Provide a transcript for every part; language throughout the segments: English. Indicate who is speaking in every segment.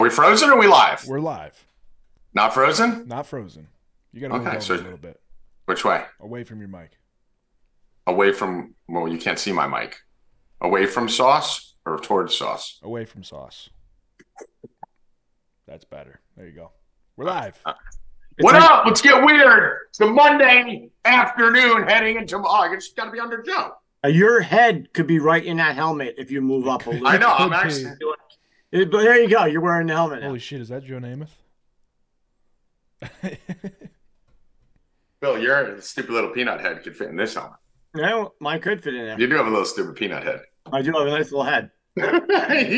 Speaker 1: We frozen or we live?
Speaker 2: We're live,
Speaker 1: Not frozen?
Speaker 2: not frozen. You got to move
Speaker 1: Okay,
Speaker 2: over
Speaker 1: so-
Speaker 2: a little bit
Speaker 1: Which way?
Speaker 2: away from your mic.
Speaker 1: Away from well, you can't see my mic. Away from sauce or towards sauce?
Speaker 2: away from sauce. That's better. There you go. We're live.
Speaker 1: Uh, what up? Let's get weird. It's the Monday afternoon heading into August. It's gotta be under Joe.
Speaker 3: Uh, Your head could be right in that helmet if you move up a little.
Speaker 1: I know. I'm
Speaker 2: could
Speaker 1: actually
Speaker 3: It- but there you go. You're wearing the helmet. now.
Speaker 2: Holy shit, is that Joe Namath?
Speaker 1: Bill, your stupid little peanut head could fit in this helmet.
Speaker 3: No, mine could fit in there.
Speaker 1: You do have a little stupid peanut head.
Speaker 3: I do have a nice little head.
Speaker 1: you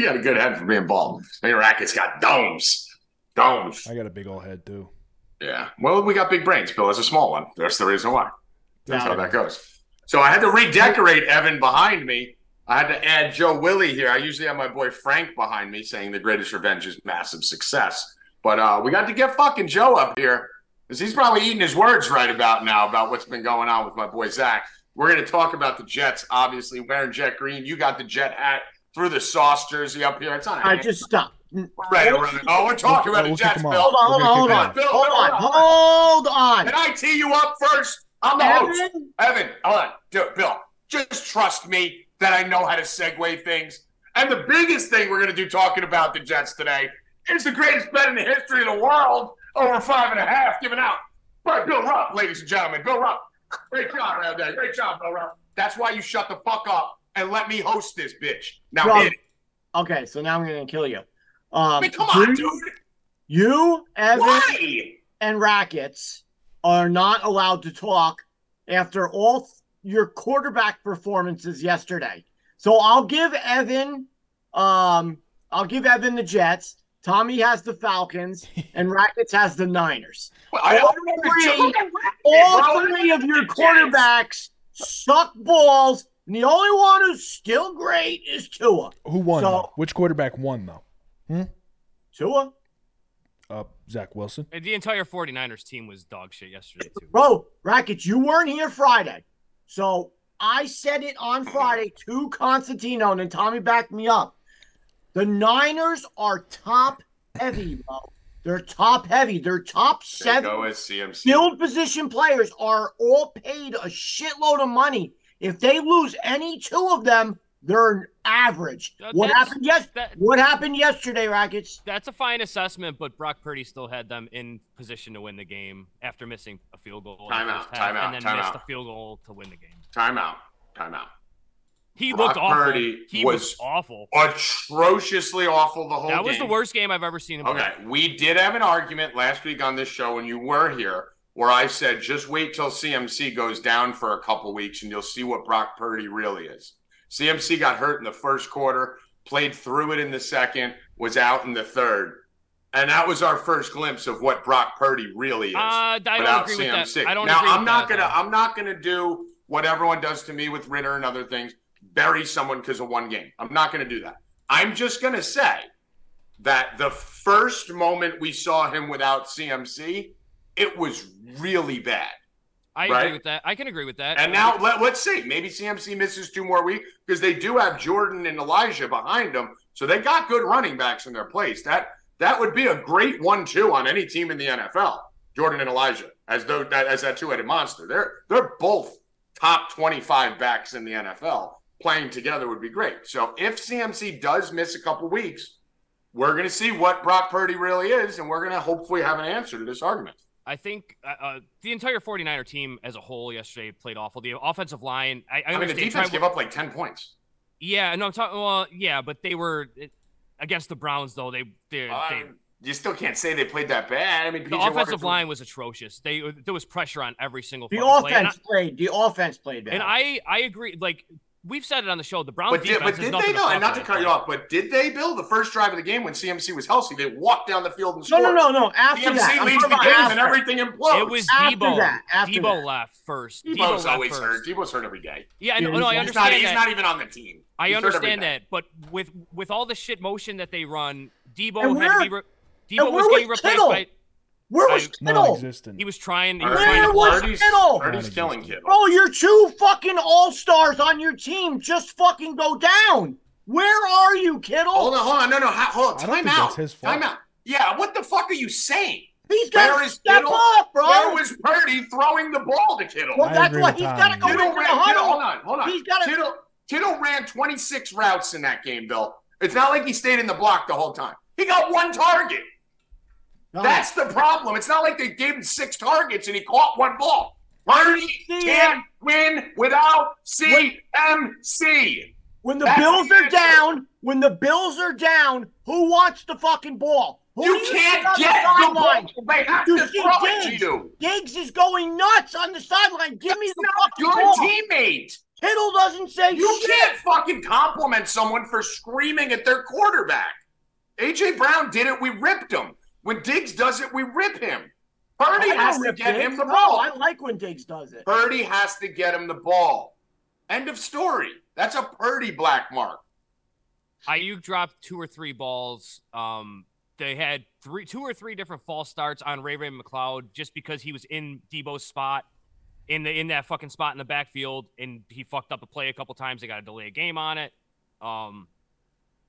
Speaker 1: got a good head for being bald. And your racket's got domes. Domes.
Speaker 2: I got a big old head too.
Speaker 1: Yeah. Well, we got big brains. Bill has a small one. That's the reason why. That's
Speaker 3: Yeah.
Speaker 1: how that goes. So I had to redecorate Evan behind me. I had to add Joe Willie here. I usually have my boy Frank behind me saying the greatest revenge is massive success. But uh, we got to get fucking Joe up here because he's probably eating his words right about now about what's been going on with my boy Zach. We're going to talk about the Jets, obviously, wearing Jet Green. You got the Jet hat through the sauce jersey up here. It's not
Speaker 3: All right, just stop. Hold
Speaker 1: We're ready to run it. Oh, we're talking about
Speaker 2: We'll-
Speaker 1: the
Speaker 2: we'll kick
Speaker 1: Jets,
Speaker 2: him
Speaker 1: Bill.
Speaker 2: off.
Speaker 3: on, hold on, hold on,
Speaker 1: Bill,
Speaker 3: hold
Speaker 1: Bill,
Speaker 3: on,
Speaker 1: Bill.
Speaker 3: hold on.
Speaker 1: Can I tee you up first? I'm the host.
Speaker 3: Evan,
Speaker 1: Evan, hold on. Dude, Bill, just trust me that I know how to segue things. And the biggest thing we're going to do talking about the Jets today is the greatest bet in the history of the world over five and a half given out by Bill Rupp, ladies and gentlemen. Bill Rupp. Great job, Round Day. Great job, Bill Rupp. That's why you shut the fuck up and let me host this bitch. Now,
Speaker 3: Rob,
Speaker 1: hit it.
Speaker 3: Okay, so now I'm gonna kill you.
Speaker 1: I
Speaker 3: Um,
Speaker 1: mean, come on,
Speaker 3: you-
Speaker 1: dude.
Speaker 3: You, Evan,
Speaker 1: Why?
Speaker 3: and Rackets are not allowed to talk after all th- your quarterback performances yesterday. So I'll give Evan, um, I'll give Evan the Jets. Tommy has the Falcons, and Rackets has the Niners.
Speaker 1: Well, I, I
Speaker 3: All
Speaker 1: don't know if you're
Speaker 3: three-
Speaker 1: joking.
Speaker 3: All
Speaker 1: Bro,
Speaker 3: three of your
Speaker 1: Jets.
Speaker 3: quarterbacks suck balls, and the only one who's still great is Tua.
Speaker 2: Who won?
Speaker 3: So-
Speaker 2: though? Which quarterback won though?
Speaker 3: Tua,
Speaker 2: Uh, Zach Wilson.
Speaker 4: And the entire 49ers team was dog shit yesterday, too.
Speaker 3: bro, Rackets, you weren't here Friday, so I said it on Friday to Constantino, and then Tommy backed me up. The Niners are top heavy, bro. They're top heavy. They're top
Speaker 1: There
Speaker 3: seven
Speaker 1: go as CMC.
Speaker 3: field position players are all paid a shitload of money. If they lose any two of them, they're an average.
Speaker 4: Uh,
Speaker 3: What
Speaker 4: that's-
Speaker 3: happened yes?
Speaker 4: That,
Speaker 3: What happened yesterday, Rackets?
Speaker 4: that's a fine assessment, but Brock Purdy still had them in position to win the game after missing a field goal. in the
Speaker 1: Timeout,
Speaker 4: first half,
Speaker 1: timeout,
Speaker 4: And then
Speaker 1: timeout.
Speaker 4: missed a field goal to win the game.
Speaker 1: Timeout. Timeout.
Speaker 4: He
Speaker 1: Brock
Speaker 4: looked awful.
Speaker 1: Purdy
Speaker 4: he
Speaker 1: was-
Speaker 4: was, awful.
Speaker 1: Atrociously awful the whole
Speaker 4: That was
Speaker 1: game.
Speaker 4: the worst game I've ever seen him play.
Speaker 1: Okay, we did have an argument last week on this show when you were here, where I said just wait till CMC goes down for a couple weeks and you'll see what Brock Purdy really is. CMC got hurt in the first quarter, played through it in the second, was out in the third, and that was our first glimpse of what Brock Purdy really is.
Speaker 4: Uh, I don't
Speaker 1: without
Speaker 4: agree with that.
Speaker 1: CMC.
Speaker 4: I don't
Speaker 1: now
Speaker 4: agree with
Speaker 1: I'm not
Speaker 4: that,
Speaker 1: gonna
Speaker 4: though.
Speaker 1: I'm not gonna do what everyone does to me with Ritter and other things. Bury someone because of one game. I'm not gonna do that. I'm just gonna say that the first moment we saw him without CMC, it was really bad.
Speaker 4: I
Speaker 1: right?
Speaker 4: agree with that. I can agree with that.
Speaker 1: And now let, let's see. Maybe CMC misses two more weeks because they do have Jordan and Elijah behind them. So they got good running backs in their place. That that would be a great one-two on any team in the NFL. Jordan and Elijah, as though that as that two-headed monster. They're they're both top 25 backs in the NFL. Playing together would be great. So if CMC does miss a couple weeks, we're going to see what Brock Purdy really is, and we're going to hopefully have an answer to this argument.
Speaker 4: I think uh, uh, the entire 49er team as a whole yesterday played awful. The offensive line,
Speaker 1: I,
Speaker 4: I, I,
Speaker 1: mean, the
Speaker 4: understand
Speaker 1: defense
Speaker 4: Trent-
Speaker 1: gave up like 10 points.
Speaker 4: Yeah, no, I'm talking. Well, yeah, but they were it, against the Browns though. They they, they
Speaker 1: Um, you still can't say they played that bad. I mean,
Speaker 4: the
Speaker 1: PJ Walker
Speaker 4: offensive
Speaker 1: threw-
Speaker 4: line was atrocious. They there was pressure on every single
Speaker 3: The
Speaker 4: fucking play. And I-
Speaker 3: offense played. The offense played bad.
Speaker 4: And I I agree. Like we've said it on the show, the Browns
Speaker 1: But did,
Speaker 4: defense
Speaker 1: but
Speaker 4: is
Speaker 1: did
Speaker 4: nothing
Speaker 1: they though? And not
Speaker 4: fuck
Speaker 1: to
Speaker 4: with.
Speaker 1: cut you off, but did they, Bill? The first drive of the game when CMC was healthy, they walked down the field and
Speaker 3: no,
Speaker 1: scored.
Speaker 3: no, no, no. After
Speaker 1: CMC
Speaker 3: that, I'm
Speaker 1: leads the
Speaker 3: talking
Speaker 1: game
Speaker 3: about
Speaker 1: and
Speaker 3: after.
Speaker 1: everything implodes.
Speaker 4: It was
Speaker 3: After
Speaker 4: Debo.
Speaker 3: that, after
Speaker 4: Debo
Speaker 3: that.
Speaker 4: left first. Debo
Speaker 1: Debo's
Speaker 4: left
Speaker 1: always
Speaker 4: first.
Speaker 1: hurt. Debo's hurt every day.
Speaker 4: Yeah, I
Speaker 3: Yeah,
Speaker 4: know- no, I
Speaker 3: he's
Speaker 1: He's not.
Speaker 4: understand
Speaker 1: He's
Speaker 4: that.
Speaker 1: not even on the team.
Speaker 4: I
Speaker 1: He's hurt every
Speaker 4: understand
Speaker 1: day.
Speaker 4: that. But with with all the shit motion that they run, Debo
Speaker 3: And
Speaker 4: had to be.
Speaker 3: where-
Speaker 4: Re- Debo
Speaker 3: and
Speaker 4: was
Speaker 3: where
Speaker 4: getting
Speaker 3: was
Speaker 4: replaced
Speaker 3: Kittle?
Speaker 4: by.
Speaker 3: Where was Kittle?
Speaker 2: Non-existent.
Speaker 4: He was trying. He was
Speaker 1: Alright.
Speaker 4: trying to
Speaker 3: Where was
Speaker 1: Purdy's-
Speaker 3: Kittle?
Speaker 1: Purdy's killing kid.
Speaker 3: Bro, your two fucking all stars on your team just fucking go down. Where are you, Kittle?
Speaker 1: Hold on, hold on. No, no. ho- Hold on.
Speaker 2: I don't
Speaker 1: Time
Speaker 2: think
Speaker 1: out.
Speaker 2: that's his fault.
Speaker 1: Time out. Yeah, what the fuck are you saying?
Speaker 3: He's got
Speaker 1: Where
Speaker 3: to
Speaker 1: is
Speaker 3: step
Speaker 1: Kittle?
Speaker 3: up, bro.
Speaker 1: Where was Purdy throwing the ball to Kittle?
Speaker 3: well,
Speaker 2: I
Speaker 3: that's
Speaker 2: agree
Speaker 3: what
Speaker 2: with
Speaker 3: he's
Speaker 2: Tom,
Speaker 3: got to go
Speaker 2: yeah.
Speaker 1: Kittle
Speaker 3: into the
Speaker 1: ran, Kittle,
Speaker 3: huddle.
Speaker 1: hold on, hold on.
Speaker 3: He's got to.
Speaker 1: Kittle, Kittle ran 26 routes in that game, Bill. It's not like he stayed in the block the whole time. He got one target.
Speaker 3: Oh.
Speaker 1: That's the problem. It's not like they gave him six targets and he caught one ball. Purdy
Speaker 3: See
Speaker 1: can't win without CMC.
Speaker 3: When the
Speaker 1: That's
Speaker 3: Bills
Speaker 1: the
Speaker 3: are
Speaker 1: answer.
Speaker 3: down, when the Bills are down, who wants the fucking ball? Who
Speaker 1: You
Speaker 3: do
Speaker 1: can't
Speaker 3: see on the
Speaker 1: get the
Speaker 3: sideline?
Speaker 1: ball. They have
Speaker 3: You
Speaker 1: to
Speaker 3: see
Speaker 1: throw it to
Speaker 3: Diggs.
Speaker 1: you.
Speaker 3: Diggs is going nuts on the sideline. Give me
Speaker 1: He's
Speaker 3: the
Speaker 1: not a
Speaker 3: fucking
Speaker 1: good
Speaker 3: ball.
Speaker 1: teammate.
Speaker 3: Kittle doesn't say
Speaker 1: You
Speaker 3: shit.
Speaker 1: can't fucking compliment someone for screaming at their quarterback. AJ Brown did it, we ripped him. When Diggs does it, we rip him. Purdy
Speaker 3: I don't
Speaker 1: has to
Speaker 3: rip
Speaker 1: get
Speaker 3: Diggs.
Speaker 1: him the
Speaker 3: No,
Speaker 1: ball.
Speaker 3: I like when Diggs does it.
Speaker 1: Purdy has to get him the ball. End of story. That's a Purdy black mark.
Speaker 4: Ayuk dropped two or three balls. Um, they had three, two or three different false starts on Ray Ray McLeod just because he was in Debo's spot, in the in that fucking spot in the backfield, and he fucked up a play a couple times. They got to delay a game on it. Um,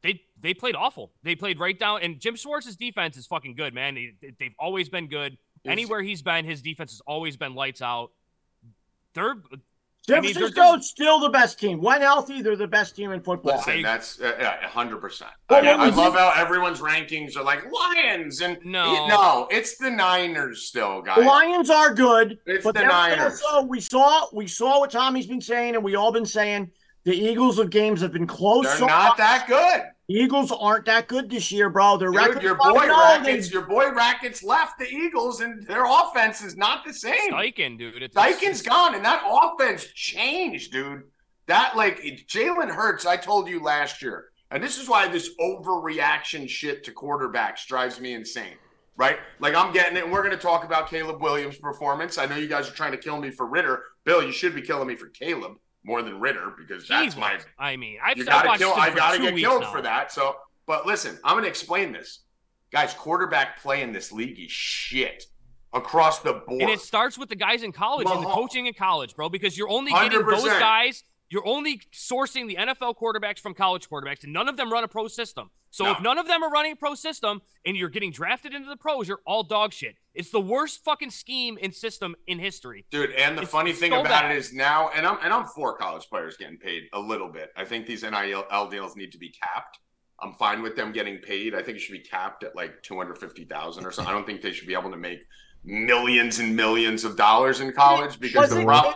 Speaker 4: they they played awful. They played right down. And Jim Schwartz's defense is fucking good, man. They, they've always been good.
Speaker 1: Is-
Speaker 4: Anywhere he's been, his defense has always been lights out. They're
Speaker 3: San
Speaker 4: I mean, they're
Speaker 3: Francisco's still the best team. When healthy, they're the best team in football.
Speaker 1: Listen, that's uh, yeah, 100%.
Speaker 3: But
Speaker 1: I,
Speaker 3: what
Speaker 1: I
Speaker 3: was
Speaker 1: love how everyone's rankings are like Lions and
Speaker 4: No.
Speaker 1: no it's the Niners still, guys.
Speaker 3: The Lions are good,
Speaker 1: It's
Speaker 3: but
Speaker 1: the
Speaker 3: they're
Speaker 1: Niners.
Speaker 3: also we saw we saw what Tommy's been saying, and we all been saying the Eagles of games have been close.
Speaker 1: They're
Speaker 3: so
Speaker 1: not
Speaker 3: far.
Speaker 1: that good.
Speaker 3: The Eagles aren't that good this year, bro. Their
Speaker 1: Dude,
Speaker 3: record.
Speaker 1: your boy
Speaker 3: no,
Speaker 1: Rackets,
Speaker 3: they-
Speaker 1: your boy Rackets left the Eagles, and their offense is not the same.
Speaker 4: Dykin, dude. It's,
Speaker 1: Dykin's gone, and that offense changed, dude. That like Jalen Hurts, I told you last year, and this is why this overreaction shit to quarterbacks drives me insane. Right? Like I'm getting it, and we're gonna talk about Caleb Williams' performance. I know you guys are trying to kill me for Ritter. Bill, you should be killing me for Caleb more than Ritter because that's my
Speaker 4: Jesus. I mean, I've,
Speaker 1: you
Speaker 4: I've
Speaker 1: gotta
Speaker 4: watched
Speaker 1: kill.
Speaker 4: him
Speaker 1: I
Speaker 4: for
Speaker 1: gotta
Speaker 4: two
Speaker 1: get
Speaker 4: weeks
Speaker 1: killed
Speaker 4: now.
Speaker 1: for that. So, but listen, I'm gonna explain this, guys. Quarterback play in this league is shit across the board.
Speaker 4: And it starts with the guys in college and the
Speaker 1: Mahal-
Speaker 4: coaching in college, bro, because you're only getting those
Speaker 1: 100%.
Speaker 4: guys. You're only sourcing the NFL quarterbacks from college quarterbacks, and none of them run a pro system. So if none of them are running a pro system and you're getting drafted into the pros, you're all dog shit. It's the worst fucking scheme and system in history.
Speaker 1: Dude, and the
Speaker 4: It's
Speaker 1: funny thing
Speaker 4: so
Speaker 1: about
Speaker 4: bad.
Speaker 1: it is now, and I'm and I'm for college players getting paid a little bit. I think these NIL deals need to be capped. I'm fine with them getting paid. I think it should be capped at like two hundred fifty thousand or something. I don't think they should be able to make millions and millions of dollars in college because
Speaker 3: was
Speaker 1: the
Speaker 3: it
Speaker 1: problem.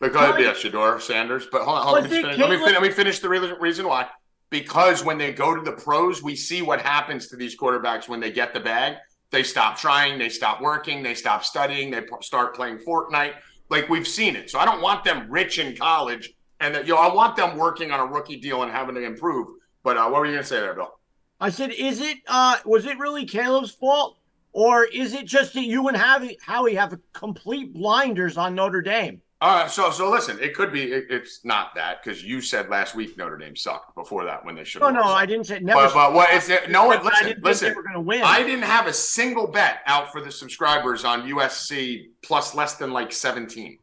Speaker 1: Because
Speaker 3: Tony-
Speaker 1: yeah, Shador Sanders. But hold on, hold on.
Speaker 3: Was
Speaker 1: Let, me
Speaker 3: it
Speaker 1: finish, let, me
Speaker 3: Caleb-
Speaker 1: fin- let me finish the re- reason why. Because when they go to the pros, we see what happens to these quarterbacks when they get the bag. They stop trying, they stop working, they stop studying, they p- start playing Fortnite. Like we've seen it. So I don't want them rich in college, and that you know I want them working on a rookie deal and having to improve. But uh, what were you gonna say there, Bill?
Speaker 3: I said, is it? uh Was it really Caleb's fault, or is it just that you and Howie, Howie have complete blinders on Notre Dame?
Speaker 1: All right, Uh, so so listen, it could be it, it's not that because you said last week Notre Dame sucked before that when they should.
Speaker 3: No, no, I didn't say never.
Speaker 1: But, but what is it? No one.
Speaker 3: I
Speaker 1: Listen,
Speaker 3: didn't
Speaker 1: listen.
Speaker 3: think they were going to win.
Speaker 1: I didn't have a single bet out for the subscribers on USC plus less than like 17.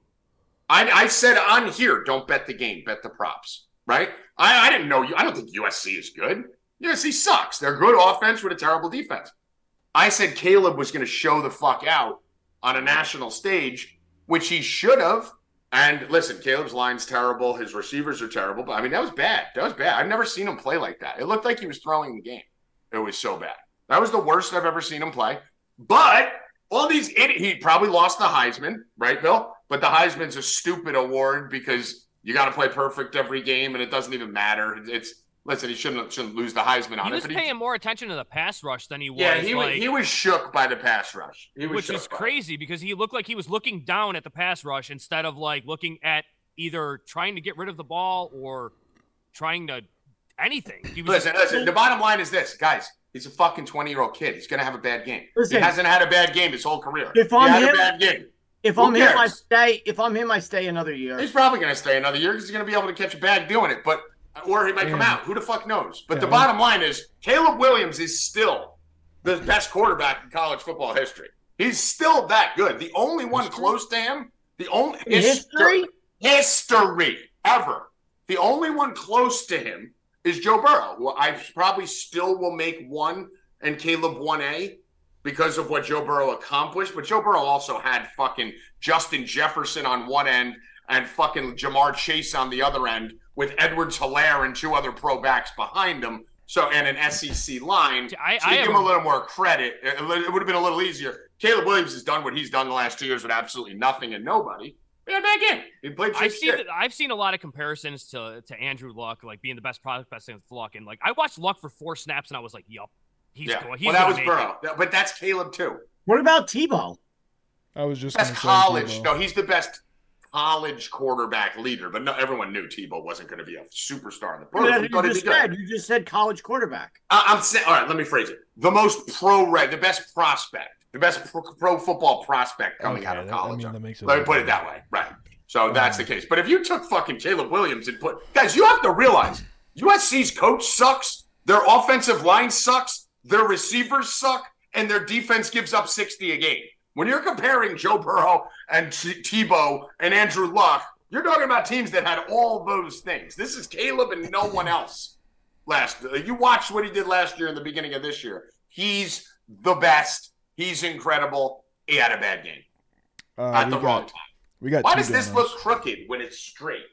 Speaker 1: I, I said on here, don't bet the game, bet the props, right? I, I didn't know you. I don't think USC is good. USC sucks. They're good offense with a terrible defense. I said Caleb was going to show the fuck out on a national stage, which he should have. And listen, Caleb's line's terrible. His receivers are terrible. But I mean, that was bad. That was bad. I've never seen him play like that. It looked like he was throwing the game. It was so bad. That was the worst I've ever seen him play. But all these idi- he probably lost the Heisman, right, Bill? But the Heisman's a stupid award because you got to play perfect every game, and it doesn't even matter. It's listen, he shouldn't shouldn't lose the Heisman on it.
Speaker 4: He was
Speaker 1: but he-
Speaker 4: paying more attention to the pass rush than he was,
Speaker 1: yeah, he
Speaker 4: like,
Speaker 1: was he was shook by the pass rush, he was
Speaker 4: which
Speaker 1: shook
Speaker 4: is
Speaker 1: by it.
Speaker 4: crazy because he looked like he was looking down at the pass rush instead of like looking at either trying to get rid of the ball or trying to anything. He was
Speaker 1: Listen, listen. The bottom line is this, guys. He's a fucking twenty-year-old kid. He's gonna have a bad game.
Speaker 3: Listen.
Speaker 1: he hasn't had a bad game his whole career.
Speaker 3: If
Speaker 1: he
Speaker 3: I'm
Speaker 1: had
Speaker 3: him-
Speaker 1: a bad game.
Speaker 3: if
Speaker 1: who
Speaker 3: I'm him, I
Speaker 1: cares?
Speaker 3: stay. If I'm him, I stay another year.
Speaker 1: He's probably going to stay another year because he's going to be able to catch a bag doing it, but or he might come
Speaker 2: Yeah.
Speaker 1: out. Who the fuck knows? But
Speaker 2: Yeah,
Speaker 1: the
Speaker 2: I-
Speaker 1: bottom line is Caleb Williams is still the best quarterback in college football history. He's still that good. The only one
Speaker 2: History?
Speaker 1: close to him, the only
Speaker 3: In history,
Speaker 1: history ever. The only one close to him is Joe Burrow. Well, I probably still will make one and Caleb 1A because of what Joe Burrow accomplished. But Joe Burrow also had fucking Justin Jefferson on one end and fucking Jamar Chase on the other end with Edwards Hilaire and two other pro backs behind him. So, and an SEC line.
Speaker 4: I,
Speaker 1: So
Speaker 4: I
Speaker 1: you
Speaker 4: have
Speaker 1: give him a
Speaker 4: a,
Speaker 1: little more credit. It would have been a little easier. Caleb Williams has done what he's done the last two years with absolutely nothing and nobody. Yeah, back in. He played.
Speaker 4: I've
Speaker 1: chick
Speaker 4: seen
Speaker 1: shit.
Speaker 4: that- I've seen a lot of comparisons to to Andrew Luck, like being the best product, best thing with Luck, and like I watched Luck for four snaps and I was like, yup, he's
Speaker 1: yeah.
Speaker 4: going. He's
Speaker 1: well, that
Speaker 4: gonna
Speaker 1: was
Speaker 4: make it.
Speaker 1: Burrow, That- but that's Caleb too.
Speaker 3: What about Tebow?
Speaker 2: I was just
Speaker 1: Best
Speaker 2: gonna say
Speaker 1: college.
Speaker 2: Tebow.
Speaker 1: No, he's the best college quarterback leader. But no, everyone knew Tebow wasn't going to be a superstar in the
Speaker 3: You,
Speaker 1: program. We thought he'd be
Speaker 3: just
Speaker 1: good.
Speaker 3: said, you just said college quarterback.
Speaker 1: I- I'm saying, all right, let me phrase it. The most pro red, the best prospect, the best pro, pro football prospect coming
Speaker 2: Okay,
Speaker 1: out of
Speaker 2: that-
Speaker 1: college.
Speaker 2: I mean, that makes it
Speaker 1: Let me put it that way. Right. So that's the case. But if you took fucking Caleb Williams and put guys, you have to realize USC's coach sucks, their offensive line sucks, their receivers suck, and their defense gives up 60 a game. When you're comparing Joe Burrow and T- Tebow and Andrew Luck, you're talking about teams that had all those things. This is Caleb and no one else. Last, uh, you watched what he did last year in the beginning of this year. He's the best. He's incredible. He had a bad game
Speaker 2: Uh,
Speaker 1: at
Speaker 2: we
Speaker 1: the
Speaker 2: got-
Speaker 1: wrong time.
Speaker 2: We got
Speaker 1: Why
Speaker 2: two
Speaker 1: does this
Speaker 2: donuts.
Speaker 1: look crooked when it's straight?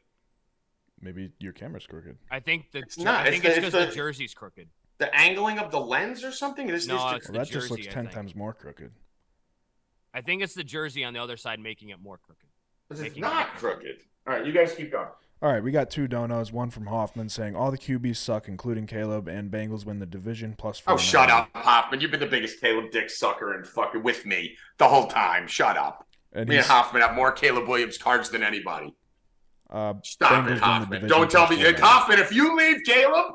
Speaker 2: Maybe your camera's crooked.
Speaker 4: I think the
Speaker 1: It's not.
Speaker 4: I think
Speaker 1: It's
Speaker 4: it's
Speaker 1: the-
Speaker 4: because
Speaker 1: it's
Speaker 4: the,
Speaker 1: the-
Speaker 4: jersey's crooked.
Speaker 1: The angling of the lens or something? This
Speaker 4: No,
Speaker 1: needs
Speaker 4: it's
Speaker 1: to,
Speaker 4: the
Speaker 2: Well, that just
Speaker 4: jersey,
Speaker 2: looks
Speaker 4: I
Speaker 2: ten
Speaker 4: think.
Speaker 2: times more crooked.
Speaker 4: I think it's the jersey on the other side making it more crooked.
Speaker 1: this is
Speaker 4: making
Speaker 1: not
Speaker 4: it-
Speaker 1: crooked. All right, you guys keep going.
Speaker 2: All right, we got two donos. One from Hoffman saying all the QBs suck, including Caleb, and Bengals win the division plus four.
Speaker 1: Oh, shut
Speaker 2: now."
Speaker 1: up, Hoffman. You've been the biggest Caleb Dick sucker and fucking with me the whole time. Shut up.
Speaker 2: And
Speaker 1: Me and
Speaker 2: he's,
Speaker 1: Hoffman have more Caleb Williams cards than anybody.
Speaker 2: uh, Bengals
Speaker 1: Stop
Speaker 2: win
Speaker 1: it,
Speaker 2: the
Speaker 1: Hoffman.
Speaker 2: division
Speaker 1: Don't tell
Speaker 2: plus
Speaker 1: me,
Speaker 2: four now.
Speaker 1: Hoffman. If you leave Caleb,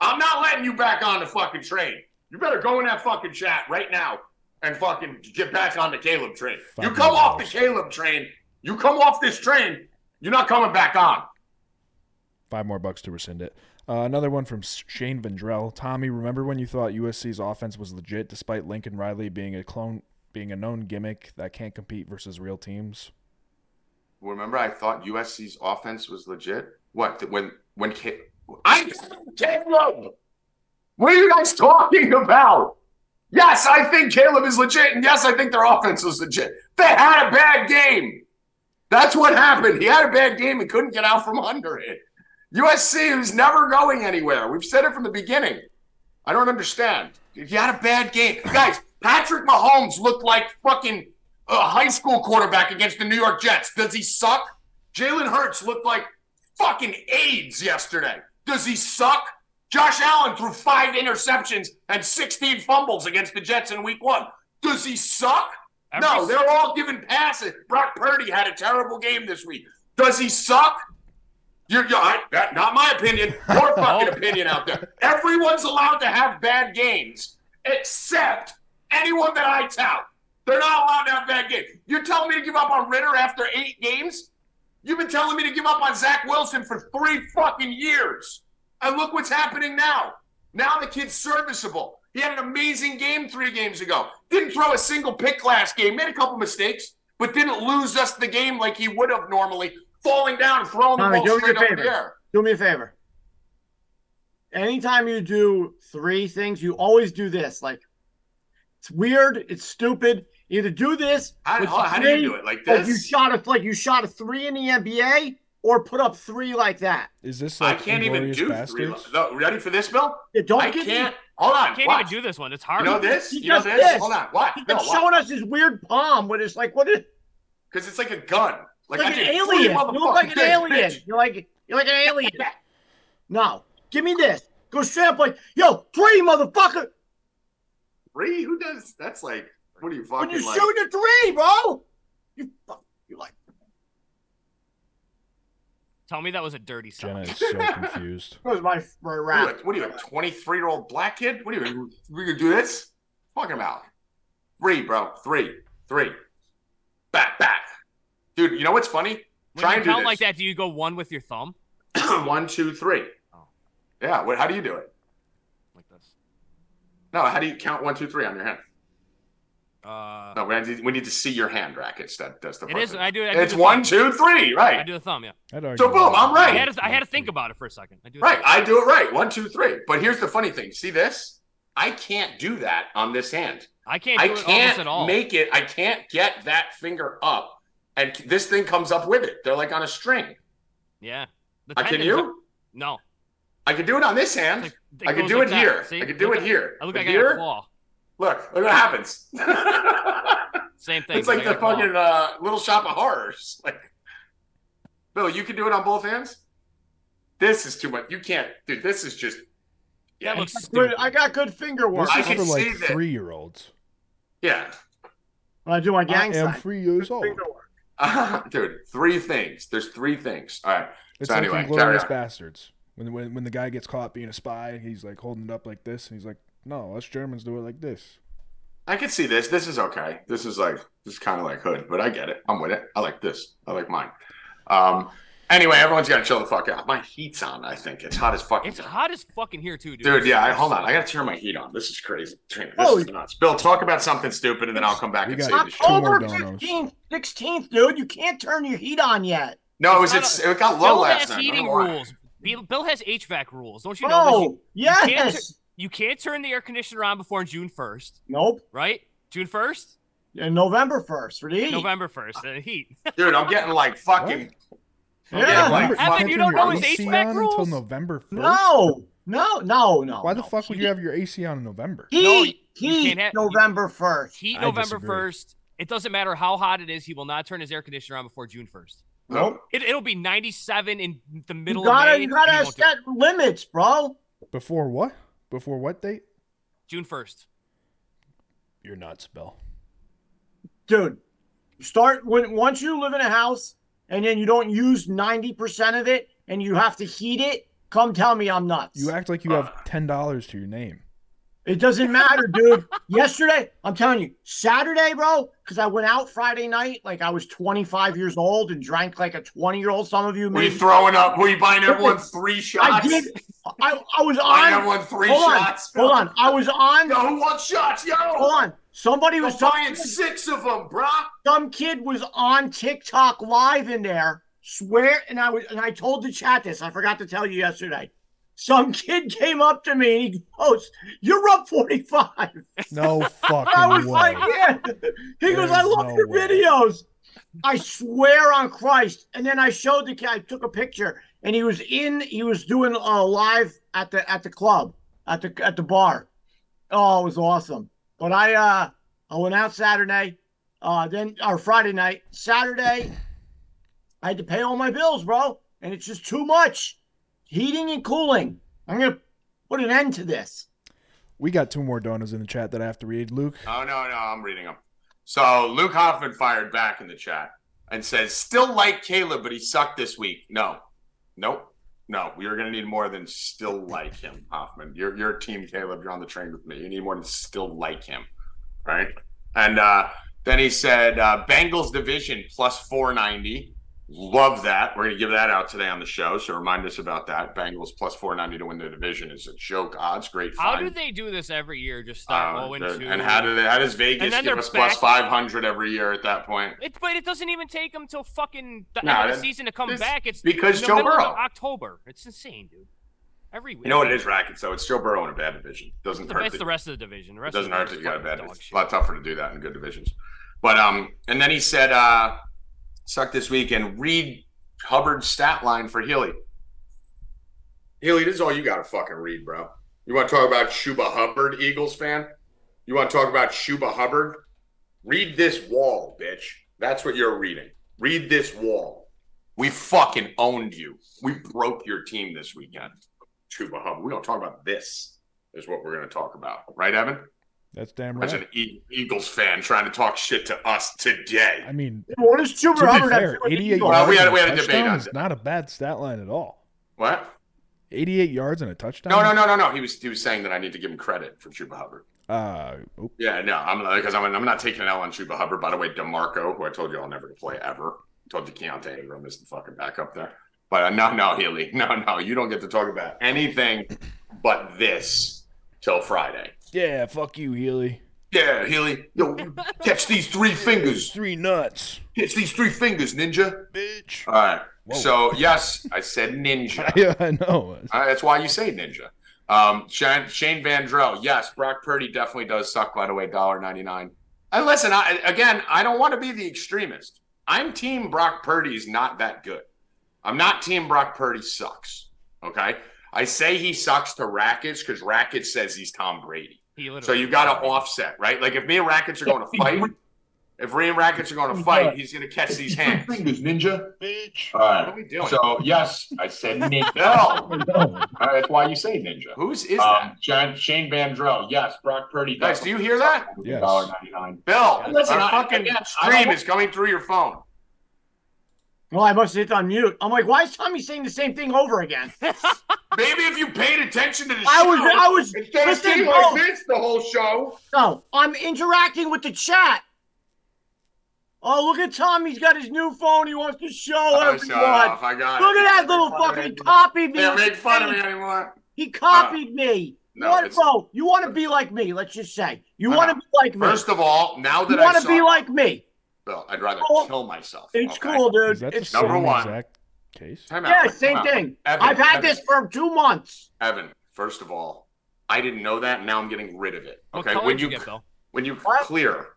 Speaker 1: I'm not letting you back on the fucking train. You better go in that fucking chat right now and fucking get back on the Caleb train. you
Speaker 2: Fucking
Speaker 1: come off the
Speaker 2: dollars.
Speaker 1: Caleb train, you come off this train, you're not coming back on.
Speaker 2: Five more bucks to rescind it. Uh, another one from Shane Vendrell. Tommy, remember when you thought USC's offense was legit, despite Lincoln Riley being a clone, being a known gimmick that can't compete versus real teams?
Speaker 1: Remember, I thought USC's offense was legit. What when when Ca- I Caleb? What are you guys talking about? Yes, I think Caleb is legit, and yes, I think their offense was legit. They had a bad game. That's what happened. He had a bad game and couldn't get out from under it. USC, who's never going anywhere. We've said it from the beginning. I don't understand. He had a bad game, guys. Patrick Mahomes looked like fucking a high school quarterback against the New York Jets. Does he suck? Jalen Hurts looked like fucking AIDS yesterday. Does he suck? Josh Allen threw five interceptions and 16 fumbles against the Jets in week one. Does he suck?
Speaker 4: Every
Speaker 1: no,
Speaker 4: s-
Speaker 1: they're all given passes. Brock Purdy had a terrible game this week. Does he suck? You're, you're I, that, not my opinion, your fucking opinion out there. Everyone's allowed to have bad games except anyone that I tout. They're not allowed to have bad games. You're telling me to give up on Ritter after eight games? You've been telling me to give up on Zach Wilson for three fucking years. And look what's happening now. Now the kid's serviceable. He had an amazing game three games ago. Didn't throw a single pick last game, made a couple mistakes, but didn't lose us the game like he would have normally, falling down, throwing the
Speaker 3: Tommy,
Speaker 1: ball
Speaker 3: do me a
Speaker 1: straight up in the
Speaker 3: favor.
Speaker 1: air.
Speaker 3: Do me a favor. Anytime you do three things, you always do this. Like it's weird, it's stupid. Either do this,
Speaker 1: How,
Speaker 3: which
Speaker 1: how,
Speaker 3: is
Speaker 1: how do
Speaker 3: great,
Speaker 1: you do it? Like
Speaker 3: Like you
Speaker 1: this?
Speaker 3: shot a like you shot a three in the NBA, or put up three like that.
Speaker 2: Is this
Speaker 1: I
Speaker 2: like
Speaker 1: can't even
Speaker 2: Inglorious
Speaker 1: do three.
Speaker 2: Bastards?
Speaker 1: No, ready for this, Bill?
Speaker 3: Yeah, don't
Speaker 1: I
Speaker 3: get me-
Speaker 1: can't. Hold on.
Speaker 4: I can't
Speaker 1: watch.
Speaker 4: even do this one. It's hard.
Speaker 1: You know this?
Speaker 3: He
Speaker 1: You know
Speaker 3: does
Speaker 1: this?
Speaker 3: this.
Speaker 1: Hold on. Watch.
Speaker 3: He's
Speaker 1: Bill,
Speaker 3: been
Speaker 1: watch.
Speaker 3: showing us his weird palm when it's like, what is
Speaker 1: Because it's like a gun. Like,
Speaker 3: like,
Speaker 1: I
Speaker 3: an
Speaker 1: did three
Speaker 3: alien? You look like
Speaker 1: motherfucking
Speaker 3: an
Speaker 1: things,
Speaker 3: alien.
Speaker 1: bitch.
Speaker 3: You're like you're like an alien. No, give me this. Go straight up like, yo, three, motherfucker.
Speaker 1: Three? Who does? That's like, what are you
Speaker 3: When
Speaker 1: fucking
Speaker 3: you
Speaker 1: like?
Speaker 3: shoot a three, bro, you fuck, you like.
Speaker 4: Tell me that was a dirty
Speaker 2: Jenna
Speaker 4: sound.
Speaker 2: is so confused.
Speaker 3: That was my my
Speaker 1: What are you,
Speaker 3: rap.
Speaker 1: a- what are you, a 23 year old black kid? What are you, we gonna do this? Fucking about. Three, bro. Three. Three. Back, back. Dude, you know what's funny?
Speaker 4: When
Speaker 1: Try
Speaker 4: you
Speaker 1: and do
Speaker 4: count
Speaker 1: this.
Speaker 4: like that, do you go one with your thumb
Speaker 1: One, two, three.
Speaker 4: Oh.
Speaker 1: Yeah, what, how do you do it?
Speaker 4: like this?
Speaker 1: No, how do you count one, two, three on your hand?
Speaker 4: Uh,
Speaker 1: No, we need, we need to see your hand rackets. That that's the.
Speaker 4: it is.
Speaker 1: person.
Speaker 4: I do. I do
Speaker 1: it's
Speaker 4: the
Speaker 1: one, two,
Speaker 4: thumb.
Speaker 1: three.
Speaker 4: I
Speaker 1: Right.
Speaker 4: do the thumb. Yeah.
Speaker 2: I'd argue
Speaker 1: So boom, I'm
Speaker 4: I
Speaker 1: right.
Speaker 4: had, to, I had to think about it for a second. I do. the
Speaker 1: Right.
Speaker 4: thumb.
Speaker 1: I do it right. One, two, three. But here's the funny thing. See this? I can't do that on this hand.
Speaker 4: I can't.
Speaker 1: I
Speaker 4: do it almost at all.
Speaker 1: can't make it. I can't get that finger up, and this thing comes up with it. They're like on a string.
Speaker 4: Yeah. The
Speaker 1: I can
Speaker 4: tendons
Speaker 1: you?
Speaker 4: are- no.
Speaker 1: I can do it on this hand.
Speaker 4: It's like-
Speaker 1: I can
Speaker 4: goes
Speaker 1: do
Speaker 4: like
Speaker 1: it
Speaker 4: that.
Speaker 1: here.
Speaker 4: See?
Speaker 1: I can do
Speaker 4: Look
Speaker 1: it
Speaker 4: at-
Speaker 1: here.
Speaker 4: I look
Speaker 1: But
Speaker 4: like I got a
Speaker 1: here,
Speaker 4: claw.
Speaker 1: look, look what happens.
Speaker 4: Same thing.
Speaker 1: it's like
Speaker 4: I
Speaker 1: the
Speaker 4: got a claw.
Speaker 1: fucking uh, Little Shop of Horrors. Like, Bill, you can do it on both hands. This is too much. You can't, dude. This is just.
Speaker 4: That
Speaker 1: Yeah,
Speaker 4: looks
Speaker 3: Good-
Speaker 4: stupid.
Speaker 3: I got good finger work.
Speaker 2: This
Speaker 1: I
Speaker 2: is
Speaker 1: can
Speaker 2: for like
Speaker 1: see that.
Speaker 2: three year olds.
Speaker 1: yeah.
Speaker 3: When I do my
Speaker 2: I
Speaker 3: gang
Speaker 2: am
Speaker 3: sign.
Speaker 2: three years
Speaker 3: Good
Speaker 2: old.
Speaker 3: finger work.
Speaker 1: dude. Three things. There's three things. All right.
Speaker 2: It's
Speaker 1: So
Speaker 2: like
Speaker 1: anyway,
Speaker 2: in
Speaker 1: carry
Speaker 2: Glorious
Speaker 1: on.
Speaker 2: Bastards. When, when when the guy gets caught being a spy, he's like holding it up like this, and he's like, "No, us Germans do it like this."
Speaker 1: I can see this. This is okay. This is like this is kind of like hood, but I get it. I'm with it. I like this. I like mine. Um. Anyway, everyone's gotta chill the fuck out. My heat's on. I think it's hot as fuck.
Speaker 4: It's hot as fucking here too, dude.
Speaker 1: Dude, yeah, I, hold on. I gotta turn my heat on. This is crazy. Trina, This
Speaker 3: Oh,
Speaker 1: is nuts. Bill, talk about something stupid, and then I'll come back
Speaker 2: We
Speaker 1: and
Speaker 2: got-
Speaker 1: save the show.
Speaker 2: Two more
Speaker 3: October
Speaker 2: donos.
Speaker 3: 15th, 16th, dude. You can't turn your heat on yet.
Speaker 1: No, it was
Speaker 4: It's
Speaker 1: it's, it got low
Speaker 4: Bill
Speaker 1: last
Speaker 4: has
Speaker 1: night. I don't
Speaker 4: heating
Speaker 1: know why.
Speaker 4: rules. Bill Bill has HVAC rules. Don't you know? that You,
Speaker 3: Oh,
Speaker 4: you can't
Speaker 3: yes.
Speaker 4: you can't turn the air conditioner on before June first,
Speaker 3: Nope.
Speaker 4: right? June first,
Speaker 3: And November 1st for the heat.
Speaker 4: November first, and heat.
Speaker 1: Dude, I'm getting like fucking. I'm getting,
Speaker 3: Yeah.
Speaker 1: like,
Speaker 2: Remember-
Speaker 4: Evan,
Speaker 1: fucking-
Speaker 4: you don't know his
Speaker 2: can't turn your
Speaker 4: HVAC
Speaker 2: AC on until
Speaker 4: rules?
Speaker 2: November first.
Speaker 3: No, no, no, no.
Speaker 2: Why the
Speaker 3: no.
Speaker 2: fuck would you have your AC on in November?
Speaker 3: Heat,
Speaker 4: No, you- you
Speaker 3: heat,
Speaker 4: can't have-
Speaker 3: November 1st.
Speaker 4: Heat
Speaker 2: I
Speaker 4: November
Speaker 2: disagree.
Speaker 4: first. It doesn't matter how hot it is. He will not turn his air conditioner on before June first.
Speaker 1: Nope.
Speaker 4: It, it'll be 97 in the middle
Speaker 3: you gotta,
Speaker 4: of
Speaker 3: you
Speaker 4: May. and he
Speaker 3: gotta
Speaker 4: won't do it.
Speaker 3: set limits, bro.
Speaker 2: Before what? Before what date?
Speaker 4: June first.
Speaker 2: You're nuts, Bill.
Speaker 3: Dude, start when once you live in a house and then you don't use 90% of it and you have to heat it, come tell me I'm nuts.
Speaker 2: You act like you have ten dollars to your name.
Speaker 3: It doesn't matter, dude. Yesterday, I'm telling you, Saturday, bro, because I went out Friday night like I was 25 years old and drank like a 20 year old. Some of you,
Speaker 1: Were you
Speaker 3: maybe.
Speaker 1: throwing up? Were you buying everyone three
Speaker 3: I
Speaker 1: shots?
Speaker 3: did. I, I was
Speaker 1: Buying
Speaker 3: on.
Speaker 1: everyone three
Speaker 3: Hold on,
Speaker 1: shots.
Speaker 3: hold on. I was on.
Speaker 1: Yo, who wants shots? Yo,
Speaker 3: Hold on. Somebody
Speaker 1: I'm
Speaker 3: was
Speaker 1: buying
Speaker 3: talking.
Speaker 1: six of them, bro.
Speaker 3: Some kid was on TikTok live in there. Swear, and I was, and I told the chat this. I forgot to tell you yesterday. Some kid came up to me and he goes, "You're up 45."
Speaker 2: No
Speaker 3: I
Speaker 2: fucking
Speaker 3: was
Speaker 2: way.
Speaker 3: like, yeah. He goes, I
Speaker 2: There's
Speaker 3: love
Speaker 2: no
Speaker 3: your
Speaker 2: way.
Speaker 3: videos. I swear on Christ. And then I showed the kid, I took a picture, and he was in, he was doing uh, live at the at the club, at the at the bar. Oh, it was awesome. But I uh I went out Saturday, uh then or Friday night. Saturday, I had to pay all my bills, bro. And it's just too much. Heating and cooling. I'm gonna put an end to this.
Speaker 2: We got two more donuts in the chat that I have to read. Luke,
Speaker 1: Oh no, no, I'm reading them. So Luke Hoffman fired back in the chat and says, "Still like Caleb, but he sucked this week." No, nope, no. We are going to need more than still like him, Hoffman. You're you're team Caleb. You're on the train with me. You need more than still like him, right? And uh, then he said, uh, "Bengals division plus 490." Love that. We're going to give that out today on the show. So remind us about that. Bengals plus 490 to win the division is a joke odds. Great.
Speaker 4: How
Speaker 1: find.
Speaker 4: do they do this every year? Just
Speaker 1: Uh,
Speaker 4: start 0
Speaker 1: the-
Speaker 4: and 2.
Speaker 1: And how do they, how does Vegas
Speaker 4: And then
Speaker 1: give
Speaker 4: they're
Speaker 1: us plus
Speaker 4: back-
Speaker 1: 500 every year at that point?
Speaker 4: It, but it doesn't even take them till fucking the
Speaker 1: Nah,
Speaker 4: end of
Speaker 1: that-
Speaker 4: the season to come
Speaker 1: this-
Speaker 4: back. It's
Speaker 1: because
Speaker 4: in the
Speaker 1: Joe
Speaker 4: middle of
Speaker 1: Burrow.
Speaker 4: October. It's insane, dude. Every week.
Speaker 1: You know what it is, Rackets, though? It's Joe Burrow in a bad division. Doesn't
Speaker 4: It's the,
Speaker 1: hurt.
Speaker 4: it's
Speaker 1: that-
Speaker 4: the rest of the division. The
Speaker 1: it
Speaker 4: rest
Speaker 1: doesn't
Speaker 4: of
Speaker 1: hurt
Speaker 4: the
Speaker 1: that you
Speaker 4: division
Speaker 1: got a
Speaker 4: is
Speaker 1: bad division.
Speaker 4: fucking dog
Speaker 1: It's
Speaker 4: shit.
Speaker 1: a lot tougher to do that in good divisions. But, um, and then he said, uh, suck this week and read Hubbard's stat line for Healy. Healy, this is all you got to fucking read, bro. You want to talk about Shuba Hubbard, Eagles fan? You want to talk about Shuba Hubbard? Read this wall, bitch. That's what you're reading. Read this wall. We fucking owned you. We broke your team this weekend. Shuba Hubbard. We don't talk about this, is what we're going to talk about. Right, Evan?
Speaker 2: that's damn
Speaker 1: That's
Speaker 2: right.
Speaker 1: an e- Eagles fan trying to talk shit to us today.
Speaker 2: I mean,
Speaker 3: What is Chuba
Speaker 2: to be
Speaker 3: Hubbard have
Speaker 2: fair,
Speaker 3: to do with
Speaker 2: 88
Speaker 3: Eagles?
Speaker 1: Well,
Speaker 2: yards
Speaker 1: we had-
Speaker 2: and
Speaker 1: we
Speaker 2: a
Speaker 1: had a debate
Speaker 2: touchdown
Speaker 1: on
Speaker 2: is
Speaker 1: that.
Speaker 2: not a bad stat line at all.
Speaker 1: What?
Speaker 2: 88 yards and a touchdown.
Speaker 1: No, no, no, no, no. He was he was saying that I need to give him credit for Chuba Hubbard.
Speaker 2: no. Uh, oop.
Speaker 1: Yeah, no, I'm because I'm, I'm not taking an L on Chuba Hubbard. By the way, Demarco, who I told you I'll never play ever, told you Keontae Ingram is the fucking backup there. But uh, no, no, Healy, no, no, you don't get to talk about anything but this till Friday.
Speaker 2: yeah, fuck you, Healy.
Speaker 1: Yeah, Healy. Yo, catch these three fingers.
Speaker 2: Three nuts,
Speaker 1: Catch these three fingers, ninja.
Speaker 2: bitch.
Speaker 1: All right.
Speaker 2: Whoa.
Speaker 1: So yes, I said ninja.
Speaker 2: yeah, I know.
Speaker 1: Uh, that's why you say ninja. Um, Shane, Shane Vandrell, yes, Brock Purdy definitely does suck. By the way, dollar ninety nine. And listen, I, again, I don't want to be the extremist. I'm team Brock Purdy is not that good. I'm not team Brock Purdy sucks. Okay, I say he sucks to Rackets because Rackets says he's Tom Brady.
Speaker 4: He literally
Speaker 1: So you got to offset, right? Like if me and Rackets are going to fight, if me and Rackets are going to fight, he's going to catch these hands. Fingers, ninja, bitch. All right.
Speaker 2: What are we doing?
Speaker 1: So yes, I said ninja. no, Uh, that's why you say ninja.
Speaker 4: Who's is
Speaker 1: Um, John, Shane Vandrell, yes, Brock Purdy.
Speaker 5: Guys, do you hear that?
Speaker 2: Yes.
Speaker 1: $1.99.
Speaker 5: Bill,
Speaker 1: Listen,
Speaker 5: our
Speaker 1: I-
Speaker 5: fucking
Speaker 1: again, I
Speaker 5: stream
Speaker 1: don't-
Speaker 5: is coming through your phone.
Speaker 3: Well, Oh, I must have hit on mute. I'm like, why is Tommy saying the same thing over again?
Speaker 5: Maybe if you paid attention to the
Speaker 3: I was,
Speaker 5: show,
Speaker 3: I was,
Speaker 1: Instead of
Speaker 3: Listen,
Speaker 1: being
Speaker 3: Bo-
Speaker 1: like this the whole show.
Speaker 3: no, I'm interacting with the chat. Oh, look at Tommy. He's got his new phone. He wants to show
Speaker 5: Oh,
Speaker 3: everyone.
Speaker 5: shut up. I got it.
Speaker 3: Look at that little
Speaker 5: Can't make fun of
Speaker 3: fucking. He
Speaker 5: me.
Speaker 3: copied me.
Speaker 5: Can't make fun of me anymore.
Speaker 3: He copied me.
Speaker 5: no,
Speaker 3: what,
Speaker 5: it's-
Speaker 3: bro? You want to be like me? Let's just say you
Speaker 5: I
Speaker 3: want to be like me.
Speaker 5: First of all, now
Speaker 3: you
Speaker 5: that I
Speaker 3: want
Speaker 5: saw
Speaker 3: to be like me.
Speaker 5: Bill, I'd rather
Speaker 3: Oh,
Speaker 5: kill myself.
Speaker 3: It's
Speaker 5: okay?
Speaker 3: cool, dude.
Speaker 2: Is that the
Speaker 3: It's-
Speaker 5: number
Speaker 2: same
Speaker 5: one.
Speaker 2: exact case?
Speaker 5: Time out.
Speaker 3: yeah, same
Speaker 5: Time out.
Speaker 3: thing.
Speaker 5: Evan,
Speaker 3: I've had
Speaker 5: Evan,
Speaker 3: this for two months.
Speaker 5: Evan, first of all, I didn't know that. Now I'm getting rid of it.
Speaker 4: What
Speaker 5: Okay,
Speaker 4: color
Speaker 5: when
Speaker 4: did you
Speaker 5: you
Speaker 4: get, Bill?
Speaker 5: when you
Speaker 3: What?
Speaker 5: clear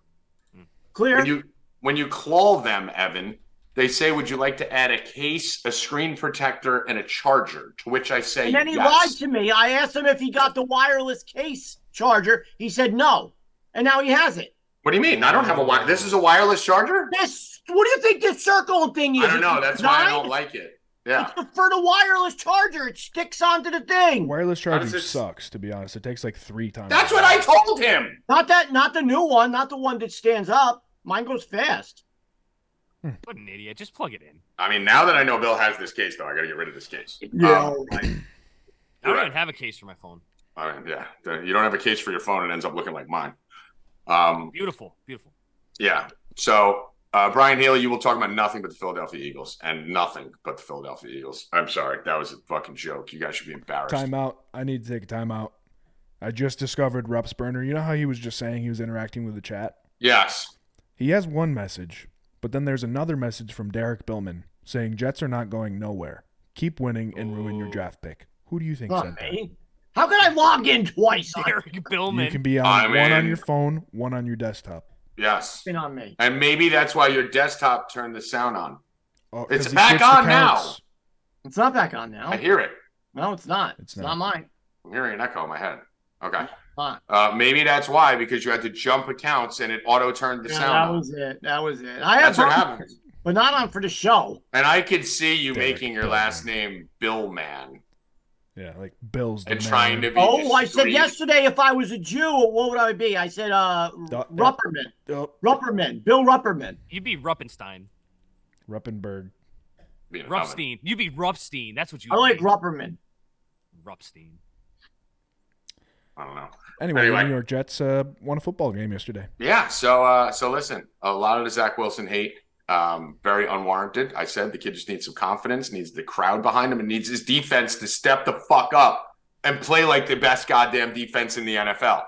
Speaker 3: Clear.
Speaker 5: when you when you call them, Evan, they say, "Would you like to add a case, a screen protector, and a charger?" To which I say,
Speaker 3: and then he lied
Speaker 5: yes.
Speaker 3: to me. I asked him if he got the wireless case charger. He said no, and now he has it.
Speaker 5: What do you mean? I don't have a wire. This is a wireless charger.
Speaker 3: This. What do you think this circle thing is?
Speaker 5: I don't know. That's why I don't
Speaker 3: Designed
Speaker 5: like it. Yeah.
Speaker 3: For the wireless charger, it sticks onto the thing.
Speaker 2: Wireless charging
Speaker 5: this-
Speaker 2: sucks, to be honest. It takes like three times.
Speaker 5: That's what I told him.
Speaker 3: Not that. Not the new one. Not the one that stands up. Mine goes fast.
Speaker 4: What an idiot! Just plug it in.
Speaker 5: I mean, now that I know Bill has this case, though, I got to get rid of this case.
Speaker 3: Uh,
Speaker 5: Um,
Speaker 4: I don't
Speaker 5: Right.
Speaker 4: even have a case for my phone.
Speaker 5: I mean, yeah. You don't have a case for your phone, it ends up looking like mine. Um,
Speaker 4: Beautiful, beautiful.
Speaker 5: yeah. So, uh, Brian Haley, you will talk about nothing but the Philadelphia Eagles and nothing but the Philadelphia Eagles. I'm sorry. That was a fucking joke. You guys should be embarrassed.
Speaker 2: Timeout. I need to take a timeout. I just discovered Rups Burner. You know how he was just saying he was interacting with the chat?
Speaker 5: Yes.
Speaker 2: He has one message, but then there's another message from Derek Billman saying Jets are not going nowhere. Keep winning and ruin your
Speaker 4: Ooh.
Speaker 2: draft pick. Who do you think
Speaker 3: Fuck
Speaker 2: said that?
Speaker 3: me. How could I log in twice? On,
Speaker 4: Derek Billman.
Speaker 2: You can be on
Speaker 5: I
Speaker 2: one on
Speaker 5: mean-
Speaker 2: your phone, one on your desktop.
Speaker 5: Yes.
Speaker 3: been on me.
Speaker 5: And maybe that's why your desktop turned the sound on.
Speaker 2: Oh,
Speaker 5: It's
Speaker 2: 'cause he
Speaker 5: back
Speaker 2: switched
Speaker 5: on now.
Speaker 2: accounts.
Speaker 3: It's not back on now.
Speaker 5: I hear it.
Speaker 3: No, it's not.
Speaker 2: It's
Speaker 3: It's,
Speaker 2: not.
Speaker 3: not. mine.
Speaker 5: I'm hearing an echo in my head. Okay.
Speaker 3: Fine.
Speaker 5: Uh, maybe that's why, because you had to jump accounts and it auto turned the
Speaker 3: Yeah,
Speaker 5: sound
Speaker 3: that
Speaker 5: on.
Speaker 3: was it. That was it. I have
Speaker 5: That's what
Speaker 3: problems,
Speaker 5: happens.
Speaker 3: but not on for the show.
Speaker 5: And I could see you
Speaker 2: Derek
Speaker 5: making your
Speaker 2: Billman.
Speaker 5: last name Bill Man
Speaker 2: Yeah, like Bills. the
Speaker 5: and
Speaker 2: man.
Speaker 5: trying to be.
Speaker 3: Oh, I said
Speaker 5: discreet.
Speaker 3: yesterday if I was a Jew, what would I be? I said uh
Speaker 2: Duh, yeah.
Speaker 3: Rupperman.
Speaker 2: Oh,
Speaker 3: Rupperman. Bill Rupperman.
Speaker 4: You'd be Ruppenstein.
Speaker 2: Ruppenberg.
Speaker 5: Being a dummy.
Speaker 4: Rupstein. You'd be Rupstein. That's what you.
Speaker 3: I like
Speaker 4: Rup-
Speaker 3: Rupperman.
Speaker 4: Rupstein.
Speaker 5: I don't know.
Speaker 2: Anyway, the
Speaker 5: Anyway.
Speaker 2: New York Jets uh, won a football game yesterday.
Speaker 5: Yeah. So, uh, so listen, a lot of the Zach Wilson hate, um, very unwarranted. I said the kid just needs some confidence, needs the crowd behind him, and needs his defense to step the fuck up and play like the best goddamn defense in the NFL.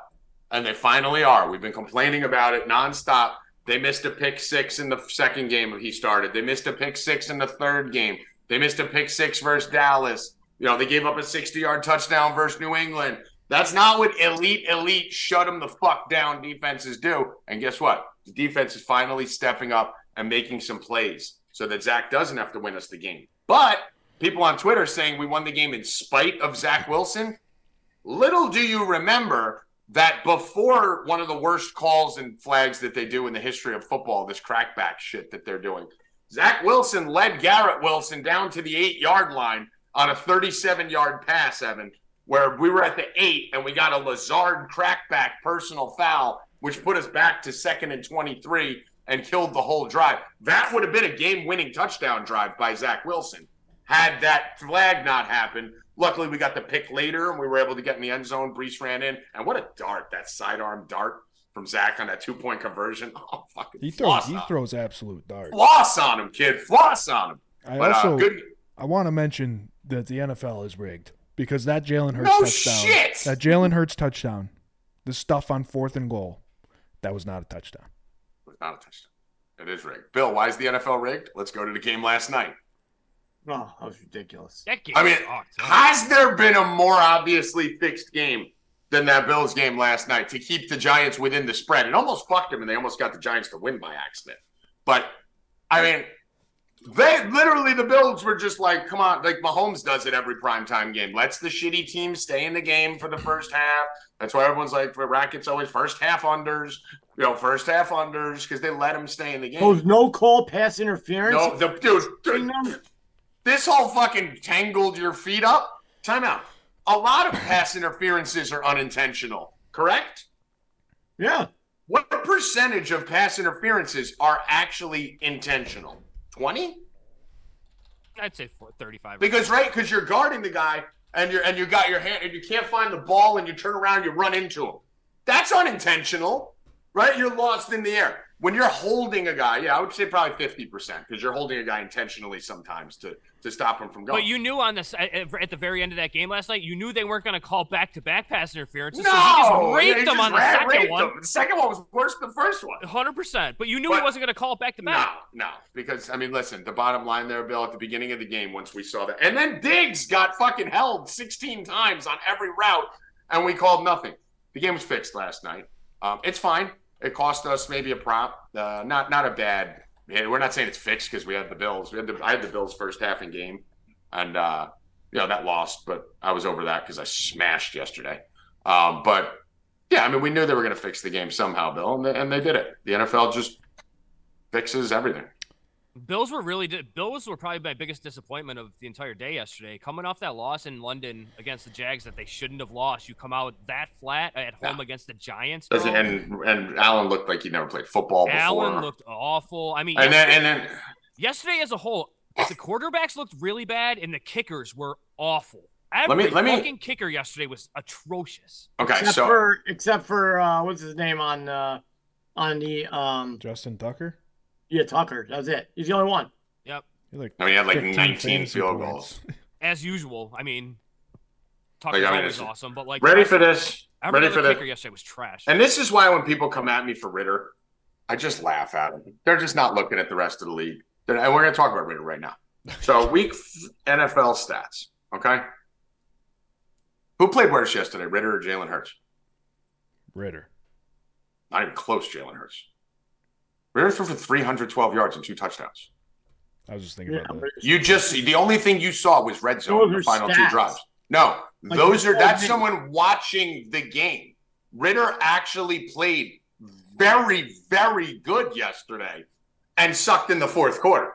Speaker 5: And they finally are. We've been complaining about it nonstop. They missed a pick six in the second game he started. They missed a pick six in the third game. They missed a pick six versus Dallas. You know, they gave up a 60 yard touchdown versus New England. That's not what elite, elite, shut them the fuck down defenses do. And guess what? The defense is finally stepping up and making some plays so that Zach doesn't have to win us the game. But people on Twitter saying we won the game in spite of Zach Wilson. Little do you remember that before one of the worst calls and flags that they do in the history of football, this crackback shit that they're doing, Zach Wilson led Garrett Wilson down to the eight yard line on a 37 yard pass, Evan where we were at the eight and we got a Lazard crackback personal foul, which put us back to second and 23 and killed the whole drive. That would have been a game winning touchdown drive by Zach Wilson had that flag not happened. Luckily, we got the pick later and we were able to get in the end zone. Brees ran in. And what a dart, that sidearm dart from Zach on that two point conversion. Oh, fucking
Speaker 2: He throws.
Speaker 5: floss,
Speaker 2: He
Speaker 5: on.
Speaker 2: throws absolute darts.
Speaker 5: floss on him, kid. Floss on him.
Speaker 2: I
Speaker 5: But
Speaker 2: also
Speaker 5: uh, good.
Speaker 2: I want to mention that the NFL is rigged because that Jalen Hurts
Speaker 5: No
Speaker 2: touchdown.
Speaker 5: shit!
Speaker 2: That Jalen Hurts touchdown. The stuff on fourth and goal. That was not a touchdown.
Speaker 1: It was not a touchdown. It is rigged. Bill, why is the NFL rigged? Let's go to the game last night.
Speaker 3: Oh, that was ridiculous.
Speaker 4: That game
Speaker 1: I mean,
Speaker 4: sucked.
Speaker 1: Has there been a more obviously fixed game than that Bills game last night to keep the Giants within the spread? It almost fucked them, and they almost got the Giants to win by accident. But I mean, they literally the Bills were just like, come on, like Mahomes does at every primetime game. Let's the shitty team stay in the game for the first half. That's why everyone's like, for Rackets always first half unders, you know, first half unders because they let them stay in the game.
Speaker 3: Those no call pass interference.
Speaker 1: No, the dude,
Speaker 3: Remember-
Speaker 1: this whole fucking tangled your feet up. Timeout. A lot of pass interferences are unintentional, correct?
Speaker 3: Yeah.
Speaker 1: What percentage of pass interferences are actually intentional? 20?
Speaker 4: I'd say four, 35.
Speaker 1: Because right, because you're guarding the guy and you're and you got your hand and you can't find the ball and you turn around, you run into him. That's unintentional, right? You're lost in the air. When you're holding a guy, yeah, I would say probably 50% because you're holding a guy intentionally sometimes to to stop him from going.
Speaker 4: But you knew on this at at the very end of that game last night, you knew they weren't going to call back to back pass interferences. so he just raped
Speaker 1: yeah, he
Speaker 4: them
Speaker 1: just
Speaker 4: on the
Speaker 1: ra-
Speaker 4: second
Speaker 1: raped
Speaker 4: one,
Speaker 1: them. The second one was worse than the first one.
Speaker 4: hundred percent. But you knew he
Speaker 1: But-
Speaker 4: wasn't going to call back to
Speaker 1: No,
Speaker 4: back.
Speaker 1: no, because I mean, listen, the bottom line there, Bill, at the beginning of the game, once we saw that, and then Diggs got fucking held 16 times on every route, and we called nothing. The game was fixed last night. Um, it's fine. It cost us maybe a prop. Uh, not not a bad. yeah, we're not saying it's fixed because we had the Bills. We had the I had the Bills first half in game, and uh, you know that lost, but I was over that because I smashed yesterday. Um, but yeah, I mean, we knew they were going to fix the game somehow, Bill, and they, and they did it. The NFL just fixes everything.
Speaker 4: Bills were really di- Bills were probably my biggest disappointment of the entire day yesterday. Coming off that loss in London against the Jags that they shouldn't have lost, you come out that flat at home against the Giants.
Speaker 1: Doesn't
Speaker 4: bro.
Speaker 1: and and Allen looked like he never played football before.
Speaker 4: Allen looked awful. I mean,
Speaker 1: and then
Speaker 4: yesterday,
Speaker 1: and then
Speaker 4: yesterday as a whole, the quarterbacks looked really bad and the kickers were awful. Every
Speaker 1: me- let me-
Speaker 4: fucking kicker yesterday was atrocious.
Speaker 1: okay,
Speaker 3: Except
Speaker 1: so
Speaker 3: for except for uh, what's his name on uh, on the um
Speaker 2: Justin Tucker.
Speaker 3: yeah Tucker. That was it. He's the only one.
Speaker 4: Yep.
Speaker 2: He like
Speaker 1: I mean, he had like
Speaker 2: 15
Speaker 1: 19
Speaker 2: fantasy
Speaker 1: field
Speaker 2: points.
Speaker 1: goals.
Speaker 4: As usual, I mean,
Speaker 1: Like,
Speaker 4: Tucker's
Speaker 1: I mean,
Speaker 4: always
Speaker 1: it's-
Speaker 4: awesome, but like
Speaker 1: Ready for this?
Speaker 4: every
Speaker 1: ready
Speaker 4: other
Speaker 1: for the-
Speaker 4: kicker yesterday was trash.
Speaker 1: And this is why when people come at me for Ritter, I just laugh at them. They're just not looking at the rest of the league. They're- and we're going to talk about Ritter right now. So week f- NFL stats. Okay. Who played worse yesterday, Ritter or Jalen Hurts?
Speaker 2: Ritter.
Speaker 1: Not even close, Jalen Hurts. Ritter threw for 312 yards and two touchdowns.
Speaker 2: I was just thinking
Speaker 3: Yeah,
Speaker 2: about
Speaker 3: but-
Speaker 2: that.
Speaker 1: You just the only thing you saw was red zone
Speaker 3: Those
Speaker 1: the
Speaker 3: are
Speaker 1: final two
Speaker 3: stats.
Speaker 1: drives. No,
Speaker 3: Like,
Speaker 1: those are
Speaker 3: oh,
Speaker 1: that's
Speaker 3: man.
Speaker 1: someone watching the game. Ritter actually played very, very good yesterday and sucked in the fourth quarter.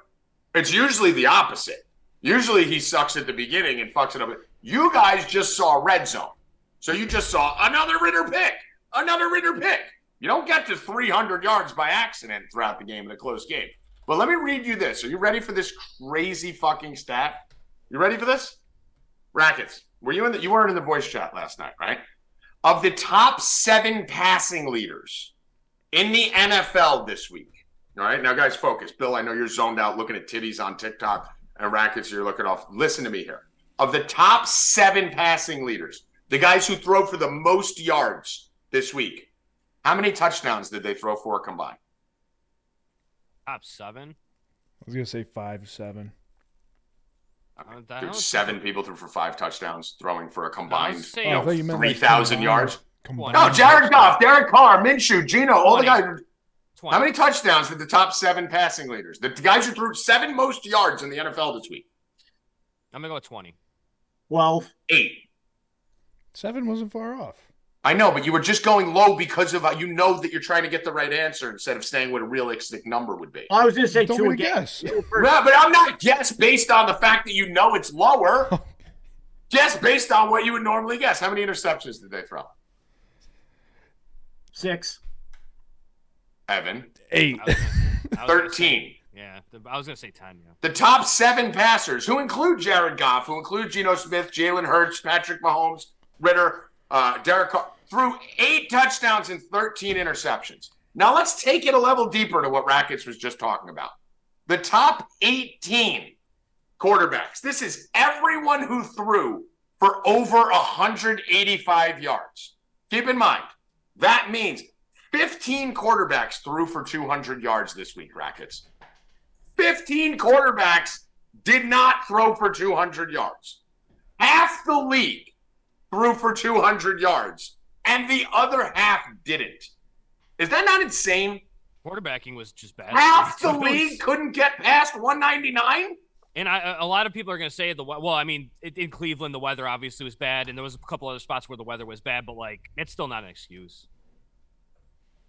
Speaker 1: It's usually the opposite. Usually he sucks at the beginning and fucks it up. You guys just saw red zone. So you just saw another Ritter pick, another Ritter pick. You don't get to 300 yards by accident throughout the game in a close game. But let me read you this. Are you ready for this crazy fucking stat? You ready for this? Rackets. Were you in the you weren't in the voice chat last night, right? Of the top seven passing leaders in the NFL this week. All right. Now, guys, focus. Bill, I know you're zoned out looking at titties on TikTok and rackets, you're looking off. Listen to me here. Of the top seven passing leaders, the guys who throw for the most yards this week, how many touchdowns did they throw for combined?
Speaker 4: Top seven.
Speaker 2: I was gonna say five seven.
Speaker 4: I don't- I
Speaker 1: Dude,
Speaker 4: don't-
Speaker 1: seven people threw for five touchdowns, throwing for a
Speaker 4: I was
Speaker 1: combined.
Speaker 4: saying
Speaker 2: Oh, I thought you meant, like,
Speaker 1: 3,000
Speaker 2: combined-
Speaker 1: yards.
Speaker 2: combined
Speaker 1: No, Jared Goff, Derek Carr, Minshew, Gino, all the
Speaker 4: Twenty.
Speaker 1: guys.
Speaker 4: 20.
Speaker 1: How many touchdowns did the top seven passing leaders, the guys who threw seven most yards in the NFL this week?
Speaker 4: I'm gonna go with twenty.
Speaker 3: Twelve.
Speaker 1: Eight.
Speaker 2: Seven wasn't far off.
Speaker 1: I know, but you were just going low because of uh, you know that you're trying to get the right answer instead of saying what a realistic number would be.
Speaker 3: I was gonna say
Speaker 2: Don't
Speaker 3: two
Speaker 2: even
Speaker 3: again.
Speaker 2: guess.
Speaker 3: You were first.
Speaker 1: Yeah, but I'm not guess based on the fact that you know it's lower. guess based on what you would normally guess. How many interceptions did they throw?
Speaker 3: Six.
Speaker 1: Evan,
Speaker 2: Eight.
Speaker 4: I was gonna- I was gonna say-
Speaker 1: thirteen.
Speaker 4: Yeah, th- I was gonna say ten. Yeah.
Speaker 1: The top seven passers, who include Jared Goff, who include Geno Smith, Jalen Hurts, Patrick Mahomes, Ritter, uh, Derek Carr, threw eight touchdowns and 13 interceptions. Now let's take it a level deeper to what Rackets was just talking about. The top 18 quarterbacks. This is everyone who threw for over 185 yards. Keep in mind, that means 15 quarterbacks threw for 200 yards this week, Rackets. 15 quarterbacks did not throw for 200 yards. Half the league threw for 200 yards, and the other half didn't. Is that not insane?
Speaker 4: Quarterbacking was just bad.
Speaker 1: Half the league couldn't get past 199?
Speaker 4: And I, a lot of people are going to say the we- well, I mean, it, in Cleveland the weather obviously was bad, and there was a couple other spots where the weather was bad, but like it's still not an excuse.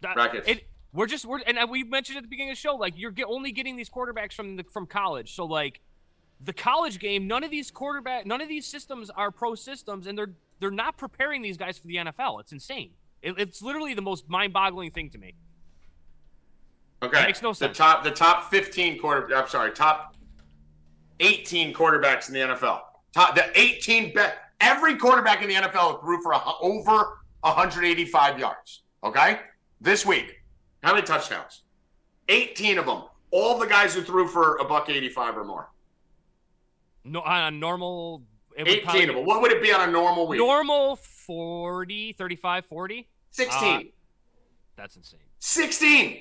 Speaker 4: That-
Speaker 1: Brackets.
Speaker 4: it- we're just we're and we mentioned at the beginning of the show like you're get, only getting these quarterbacks from the, from college, so like the college game, none of these quarterback, none of these systems are pro systems, and they're they're not preparing these guys for the NFL. It's insane. It, it's literally the most mind-boggling thing to me.
Speaker 1: Okay.
Speaker 4: Makes no sense.
Speaker 1: The top the top 15 quarter I'm sorry, top 18 quarterbacks in the NFL. Top the 18 best every quarterback in the NFL threw for a, hu- over 185 yards, okay? This week. How many touchdowns? 18 of them. All the guys who threw for a buck 85 or more.
Speaker 4: No, on a normal, it would
Speaker 1: 18
Speaker 4: probably
Speaker 1: of them. What would it be on a normal week?
Speaker 4: normal 40 35 40
Speaker 1: 16.
Speaker 4: uh, that's insane
Speaker 1: 16.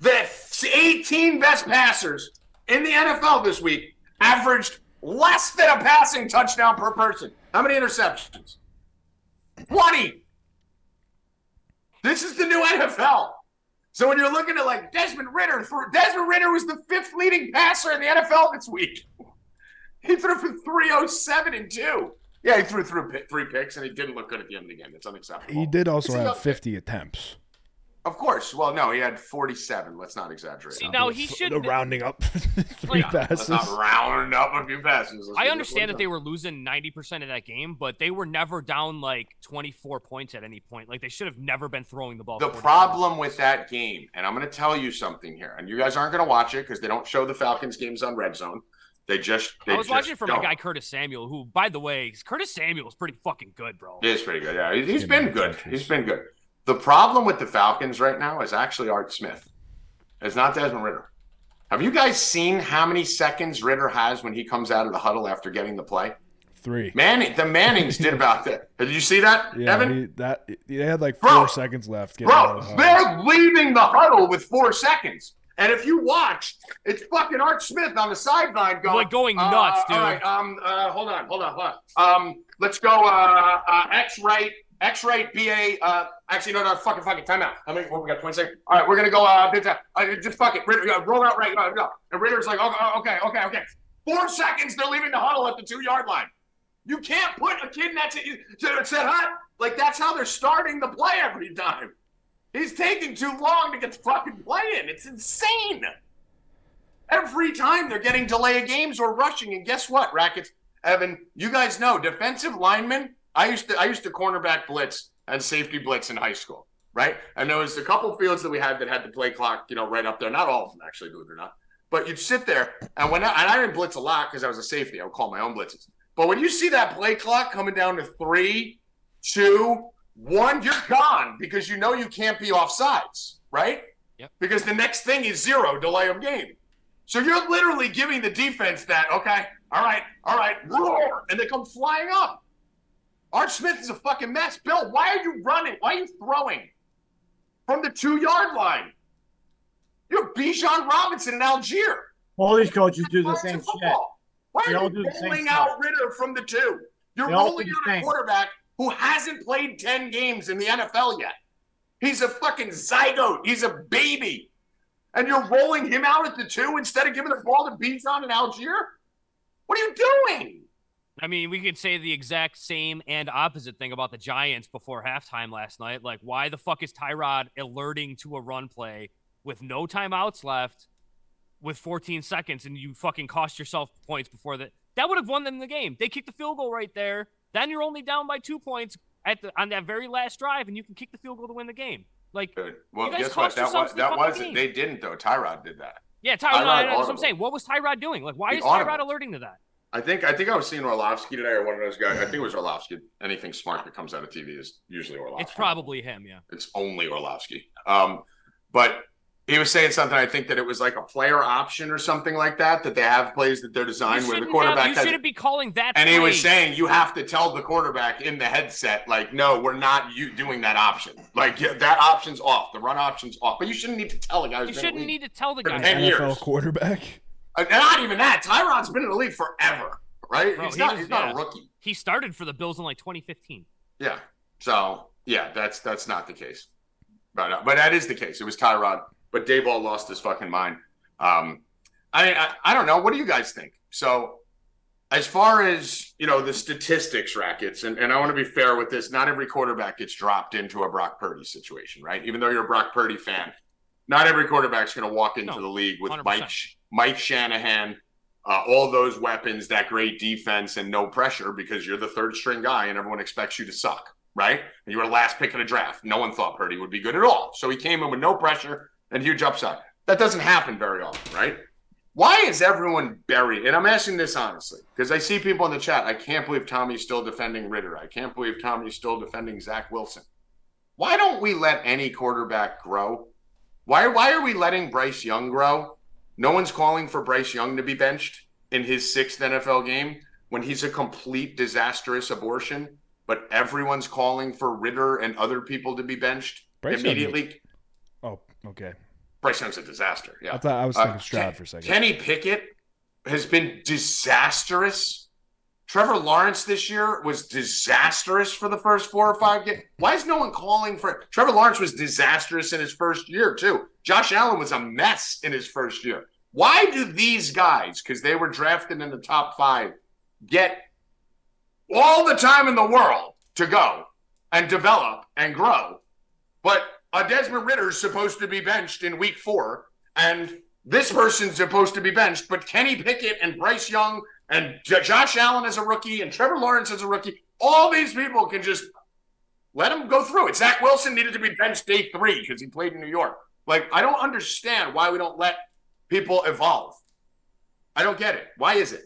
Speaker 1: The 18 best passers in the NFL this week averaged less than a passing touchdown per person. How many interceptions? 20. This is the new NFL. So when you're looking at like Desmond Ritter, threw, Desmond Ritter was the fifth leading passer in the NFL this week. He threw for 307 and two. Yeah, he threw through pi- three picks and he didn't look good at the end of the game. That's unacceptable.
Speaker 2: He did also
Speaker 1: It's
Speaker 2: have
Speaker 1: another-
Speaker 2: 50 attempts.
Speaker 1: Of course. Well, no, he had 47. Let's not exaggerate.
Speaker 4: See, now he
Speaker 2: Th-
Speaker 4: should
Speaker 2: the rounding up three
Speaker 1: Yeah,
Speaker 2: passes.
Speaker 1: Let's not round up a few passes. Let's
Speaker 4: i
Speaker 1: get this
Speaker 4: understand
Speaker 1: one
Speaker 4: that they were losing 90% of that game but they were never down like 24 points at any point like they should have never been throwing the ball
Speaker 1: done. The
Speaker 4: 40
Speaker 1: problem with that game, and I'm going to tell you something here, and you guys aren't going to watch it because they don't show the Falcons games on Red Zone. They just. They
Speaker 4: I was
Speaker 1: just
Speaker 4: watching it from
Speaker 1: don't.
Speaker 4: a guy Curtis Samuel, who, by the way, Curtis Samuel is pretty fucking good, bro.
Speaker 1: It is pretty good. Yeah, He- he's
Speaker 2: Good
Speaker 1: been
Speaker 2: man,
Speaker 1: good.
Speaker 2: Patriots.
Speaker 1: He's been good. The problem with the Falcons right now is actually Art Smith. It's not Desmond Ritter. Have you guys seen how many seconds Ritter has when he comes out of the huddle after getting the play?
Speaker 2: three.
Speaker 1: Manning, the Mannings did about that. Did you see that,
Speaker 2: Yeah,
Speaker 1: Evan?
Speaker 2: he- that they had like
Speaker 1: Bro.
Speaker 2: four seconds left. getting out
Speaker 1: Bro,
Speaker 2: of the huddle.
Speaker 1: they're leaving the huddle with four seconds. And if you watch, it's fucking Art Smith on the sideline going,
Speaker 4: Like going
Speaker 1: uh,
Speaker 4: nuts, dude.
Speaker 1: All right, um, uh, hold on, hold on, hold on. Um, let's go. Uh, uh, X right, X right, BA. Uh, actually, no, no, fucking, fucking, timeout. How many? What we got? Twenty seconds. All right, we're gonna go. Uh, big time. Uh, just fuck it. Ritter, uh, roll out right. Uh, no. And Ritter's like, okay, uh, okay, okay, okay. Four seconds. They're leaving the huddle at the two yard line. You can't put a kid in that to set hot. Like that's how they're starting the play every time. He's taking too long to get the fucking play in. It's insane. Every time they're getting delay of games or rushing, and guess what, Rackets? Evan, you guys know defensive linemen. I used to I used to cornerback blitz and safety blitz in high school, right? And there was a couple fields that we had that had the play clock, you know, right up there. Not all of them, actually, believe it or not. But you'd sit there, and when I, and I didn't blitz a lot because I was a safety, I would call my own blitzes. But when you see that play clock coming down to three, two, one, you're gone because you know you can't be offsides, right?
Speaker 4: Yep.
Speaker 1: Because the next thing is zero delay of game. So you're literally giving the defense that, okay, all right, all right, roar, and they come flying up. Art Smith is a fucking mess. Bill, why are you running? Why are you throwing from the two yard line? You're Bijan Robinson in Algier.
Speaker 3: All these coaches do the
Speaker 1: Parts
Speaker 3: same
Speaker 1: of
Speaker 3: shit.
Speaker 1: football. Why
Speaker 3: They
Speaker 1: are
Speaker 3: all
Speaker 1: you
Speaker 3: do the same
Speaker 1: rolling
Speaker 3: stuff.
Speaker 1: out Ritter from the two? You're
Speaker 3: They all do
Speaker 1: rolling
Speaker 3: the
Speaker 1: out a
Speaker 3: same.
Speaker 1: quarterback who hasn't played 10 games in the NFL yet. He's a fucking zygote. He's a baby. And you're rolling him out at the two instead of giving the ball to Bijan and Algier? What are you doing?
Speaker 4: I mean, we could say the exact same and opposite thing about the Giants before halftime last night. Like, why the fuck is Tyrod alerting to a run play with no timeouts left, with 14 seconds, and you fucking cost yourself points before that? That would have won them the game. They kicked the field goal right there. Then you're only down by two points at the on that very last drive, and you can kick the field goal to win the game. Like,
Speaker 1: Dude, well,
Speaker 4: You guys
Speaker 1: guess what?
Speaker 4: cost
Speaker 1: That
Speaker 4: yourselves
Speaker 1: was
Speaker 4: the
Speaker 1: that
Speaker 4: fucking
Speaker 1: wasn't.
Speaker 4: game.
Speaker 1: They didn't though. Tyrod did that.
Speaker 4: yeah, Tyrod.
Speaker 1: Tyrod
Speaker 4: that's what I'm
Speaker 1: audible.
Speaker 4: saying. What was Tyrod doing? Like, why
Speaker 1: He
Speaker 4: is Tyrod
Speaker 1: audible.
Speaker 4: alerting to that?
Speaker 1: I think I think I was seeing Orlovsky today or one of those guys. I think it was Orlovsky. Anything smart that comes out of TV is usually Orlovsky.
Speaker 4: It's probably him. Yeah.
Speaker 1: It's only Orlovsky. Um, but he was saying something. I think that it was like a player option or something like that. That they have plays that they're designed where the
Speaker 4: shouldn't
Speaker 1: quarterback
Speaker 4: have, you
Speaker 1: has-
Speaker 4: shouldn't be calling that.
Speaker 1: and he was
Speaker 4: play.
Speaker 1: saying you have to tell the quarterback in the headset, like, no, we're not you doing that option. Like yeah, that option's off. The run option's off. But you shouldn't need to tell the guy. who's
Speaker 4: you
Speaker 1: been in the
Speaker 4: shouldn't
Speaker 1: league.
Speaker 4: need to tell the
Speaker 1: Been
Speaker 4: guy.
Speaker 2: An
Speaker 1: Ten
Speaker 2: NFL
Speaker 1: years.
Speaker 2: quarterback.
Speaker 1: Uh, not even that. Tyrod's been in the league forever, right?
Speaker 4: Bro,
Speaker 1: he's
Speaker 4: he
Speaker 1: not.
Speaker 4: was-
Speaker 1: he's not
Speaker 4: yeah.
Speaker 1: a rookie.
Speaker 4: He started for the Bills in like 2015.
Speaker 1: Yeah. So yeah, that's that's not the case. But uh, but that is the case. It was Tyrod, but Dayball lost his fucking mind. Um, I, I I don't know. What do you guys think? So as far as you know, the statistics rackets, and, and I want to be fair with this. Not every quarterback gets dropped into a Brock Purdy situation, right? Even though you're a Brock Purdy fan, not every quarterback's going to walk into
Speaker 4: No,
Speaker 1: the league with
Speaker 4: 100%.
Speaker 1: Mike Sh- Mike Shanahan, uh, all those weapons, that great defense, and no pressure because you're the third string guy and everyone expects you to suck, right? And you were the last pick in a draft. No one thought Purdy would be good at all. So he came in with no pressure and huge upside. That doesn't happen very often, right? Why is everyone buried? And I'm asking this honestly because I see people in the chat. I can't believe Tommy's still defending Ritter. I can't believe Tommy's still defending Zach Wilson. Why don't we let any quarterback grow? Why why are we letting Bryce Young grow? No one's calling for Bryce Young to be benched in his sixth NFL game when he's a complete disastrous abortion, but everyone's calling for Ritter and other people to be benched
Speaker 2: Bryce Young-
Speaker 1: immediately.
Speaker 2: Oh, okay.
Speaker 1: Bryce Young's a disaster. Yeah.
Speaker 2: I thought I was
Speaker 1: Uh,
Speaker 2: thinking Stroud
Speaker 1: Ken-
Speaker 2: for a second.
Speaker 1: Kenny Pickett has been disastrous. Trevor Lawrence this year was disastrous for the first four or five games. Why is no one calling for Trevor Lawrence was disastrous in his first year, too. Josh Allen was a mess in his first year. Why do these guys, because they were drafted in the top five, get all the time in the world to go and develop and grow? But a Desmond Ritter's supposed to be benched in week four and this person's supposed to be benched, but Kenny Pickett and Bryce Young and J- Josh Allen as a rookie and Trevor Lawrence as a rookie, all these people can just let them go through it. Zach Wilson needed to be benched day three because he played in New York. Like, I don't understand why we don't let people evolve. I don't get it. Why is it?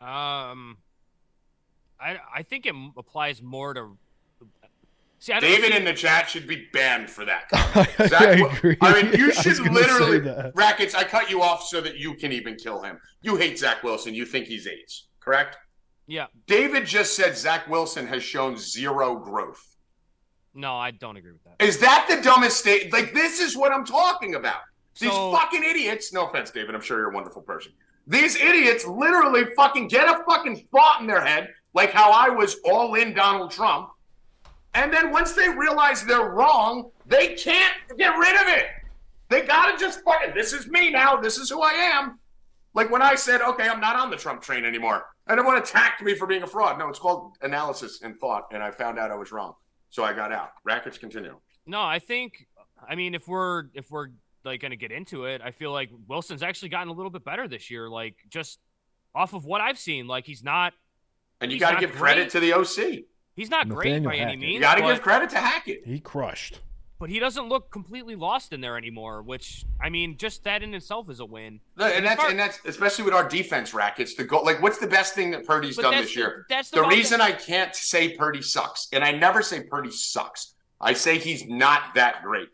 Speaker 4: Um, I I think it m- applies more to. See, I don't
Speaker 1: David
Speaker 4: see-
Speaker 1: in the chat should be banned for that.
Speaker 2: I agree.
Speaker 1: I mean, you
Speaker 2: was
Speaker 1: should
Speaker 2: gonna
Speaker 1: literally-
Speaker 2: say that.
Speaker 1: Rackets, I cut you off so that you can even kill him. You hate Zach Wilson. You think he's AIDS, correct?
Speaker 4: Yeah.
Speaker 1: David just said Zach Wilson has shown zero growth.
Speaker 4: no, I don't agree with that.
Speaker 1: Is that the dumbest state? Like, this is what I'm talking about. These
Speaker 4: So-
Speaker 1: fucking idiots. No offense, David. I'm sure you're a wonderful person. These idiots literally fucking get a fucking thought in their head, like how I was all in Donald Trump. And then once they realize they're wrong, they can't get rid of it. They gotta just fucking, this is me now. This is who I am. Like when I said, okay, I'm not on the Trump train anymore. And everyone attacked me for being a fraud. No, it's called analysis and thought. And I found out I was wrong. So I got out. Rackets continue.
Speaker 4: No, I think I mean if we're if we're like going to get into it, I feel like Wilson's actually gotten a little bit better this year like just off of what I've seen. Like he's not
Speaker 1: And you
Speaker 4: He's
Speaker 1: got to
Speaker 4: not
Speaker 1: give credit
Speaker 4: great.
Speaker 1: to the OC.
Speaker 4: he's not great
Speaker 2: Nathaniel
Speaker 4: by any
Speaker 2: Hackett.
Speaker 4: means.
Speaker 1: You got to
Speaker 4: but-
Speaker 1: give credit to Hackett.
Speaker 2: He crushed.
Speaker 4: but he doesn't look completely lost in there anymore, which I mean just that in itself is a win.
Speaker 1: No, And that's
Speaker 4: far-
Speaker 1: and that's especially with our defense rackets. The goal, like, what's the best thing that Purdy's
Speaker 4: But
Speaker 1: done
Speaker 4: that's
Speaker 1: this
Speaker 4: the-
Speaker 1: year?
Speaker 4: that's the,
Speaker 1: The
Speaker 4: problem
Speaker 1: reason I can't say Purdy sucks, and I never say Purdy sucks. I say he's not that great.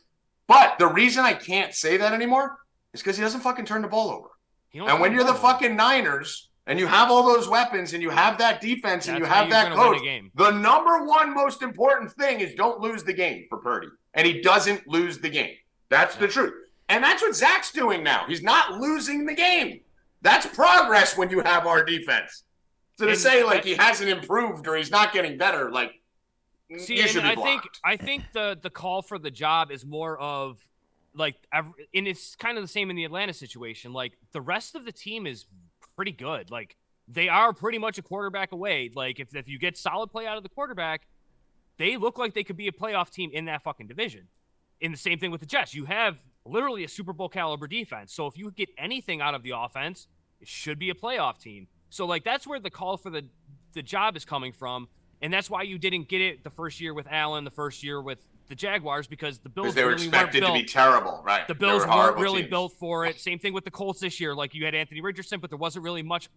Speaker 1: But the reason I can't say that anymore is because he doesn't fucking turn the ball over.
Speaker 4: that- you don't
Speaker 1: And when
Speaker 4: turn
Speaker 1: you're the
Speaker 4: ball over.
Speaker 1: fucking Niners and you have all those weapons and you have that defense and you
Speaker 4: That's how
Speaker 1: have
Speaker 4: you're
Speaker 1: that
Speaker 4: gonna win a
Speaker 1: coach,
Speaker 4: game.
Speaker 1: the number one most important thing is don't lose the game for Purdy. And he doesn't lose the game. That's the truth. And that's what Zach's doing now. He's not losing the game. That's progress when you have our defense. So to
Speaker 4: And-
Speaker 1: say like he hasn't improved or he's not getting better, like
Speaker 4: See,
Speaker 1: you
Speaker 4: and
Speaker 1: should be
Speaker 4: I
Speaker 1: blocked.
Speaker 4: think I think the the call for the job is more of like every, and it's kind of the same in the Atlanta situation. Like the rest of the team is pretty good. Like they are pretty much a quarterback away. Like if if you get solid play out of the quarterback, they look like they could be a playoff team in that fucking division. And the same thing with the Jets. You have literally a Super Bowl caliber defense. So if you get anything out of the offense, it should be a playoff team. So like that's where the call for the the job is coming from, and that's why you didn't get it the first year with Allen, the first year with the Jaguars because the Bills
Speaker 1: because they were
Speaker 4: really
Speaker 1: expected
Speaker 4: weren't
Speaker 1: to
Speaker 4: built.
Speaker 1: be terrible, right?
Speaker 4: the
Speaker 1: They
Speaker 4: Bills
Speaker 1: were
Speaker 4: weren't
Speaker 1: horrible
Speaker 4: really
Speaker 1: teams.
Speaker 4: built for it. Same thing with the Colts this year. Like you had Anthony Richardson, but there wasn't really much.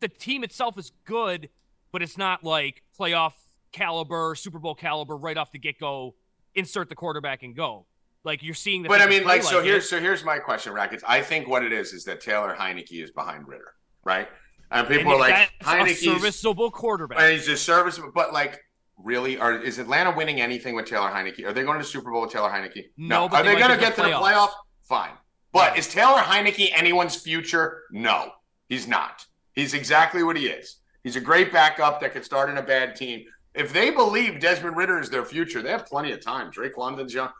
Speaker 4: The team itself is good, but it's not like playoff caliber, Super Bowl caliber right off the get go. Insert the quarterback and go. Like you're seeing the.
Speaker 1: But I mean, like, so here's so here's my question, Rackets. I think what it is is that Taylor Heineke is behind Ritter, right? And people are like,
Speaker 4: a
Speaker 1: Heineke's
Speaker 4: serviceable quarterback.
Speaker 1: and he's a serviceable, but like, really, are is Atlanta winning anything with Taylor Heineke? Are they going to the Super Bowl with Taylor Heineke?
Speaker 4: No, but
Speaker 1: Are
Speaker 4: they
Speaker 1: they,
Speaker 4: might
Speaker 1: going to get
Speaker 4: get to
Speaker 1: to
Speaker 4: the
Speaker 1: the
Speaker 4: playoffs.
Speaker 1: playoff? Fine. But is Taylor Heineke anyone's future? No, he's not. He's exactly what he is. He's a great backup that can start in a bad team. If they believe Desmond Ritter is their future, they have plenty of time. Drake London's young.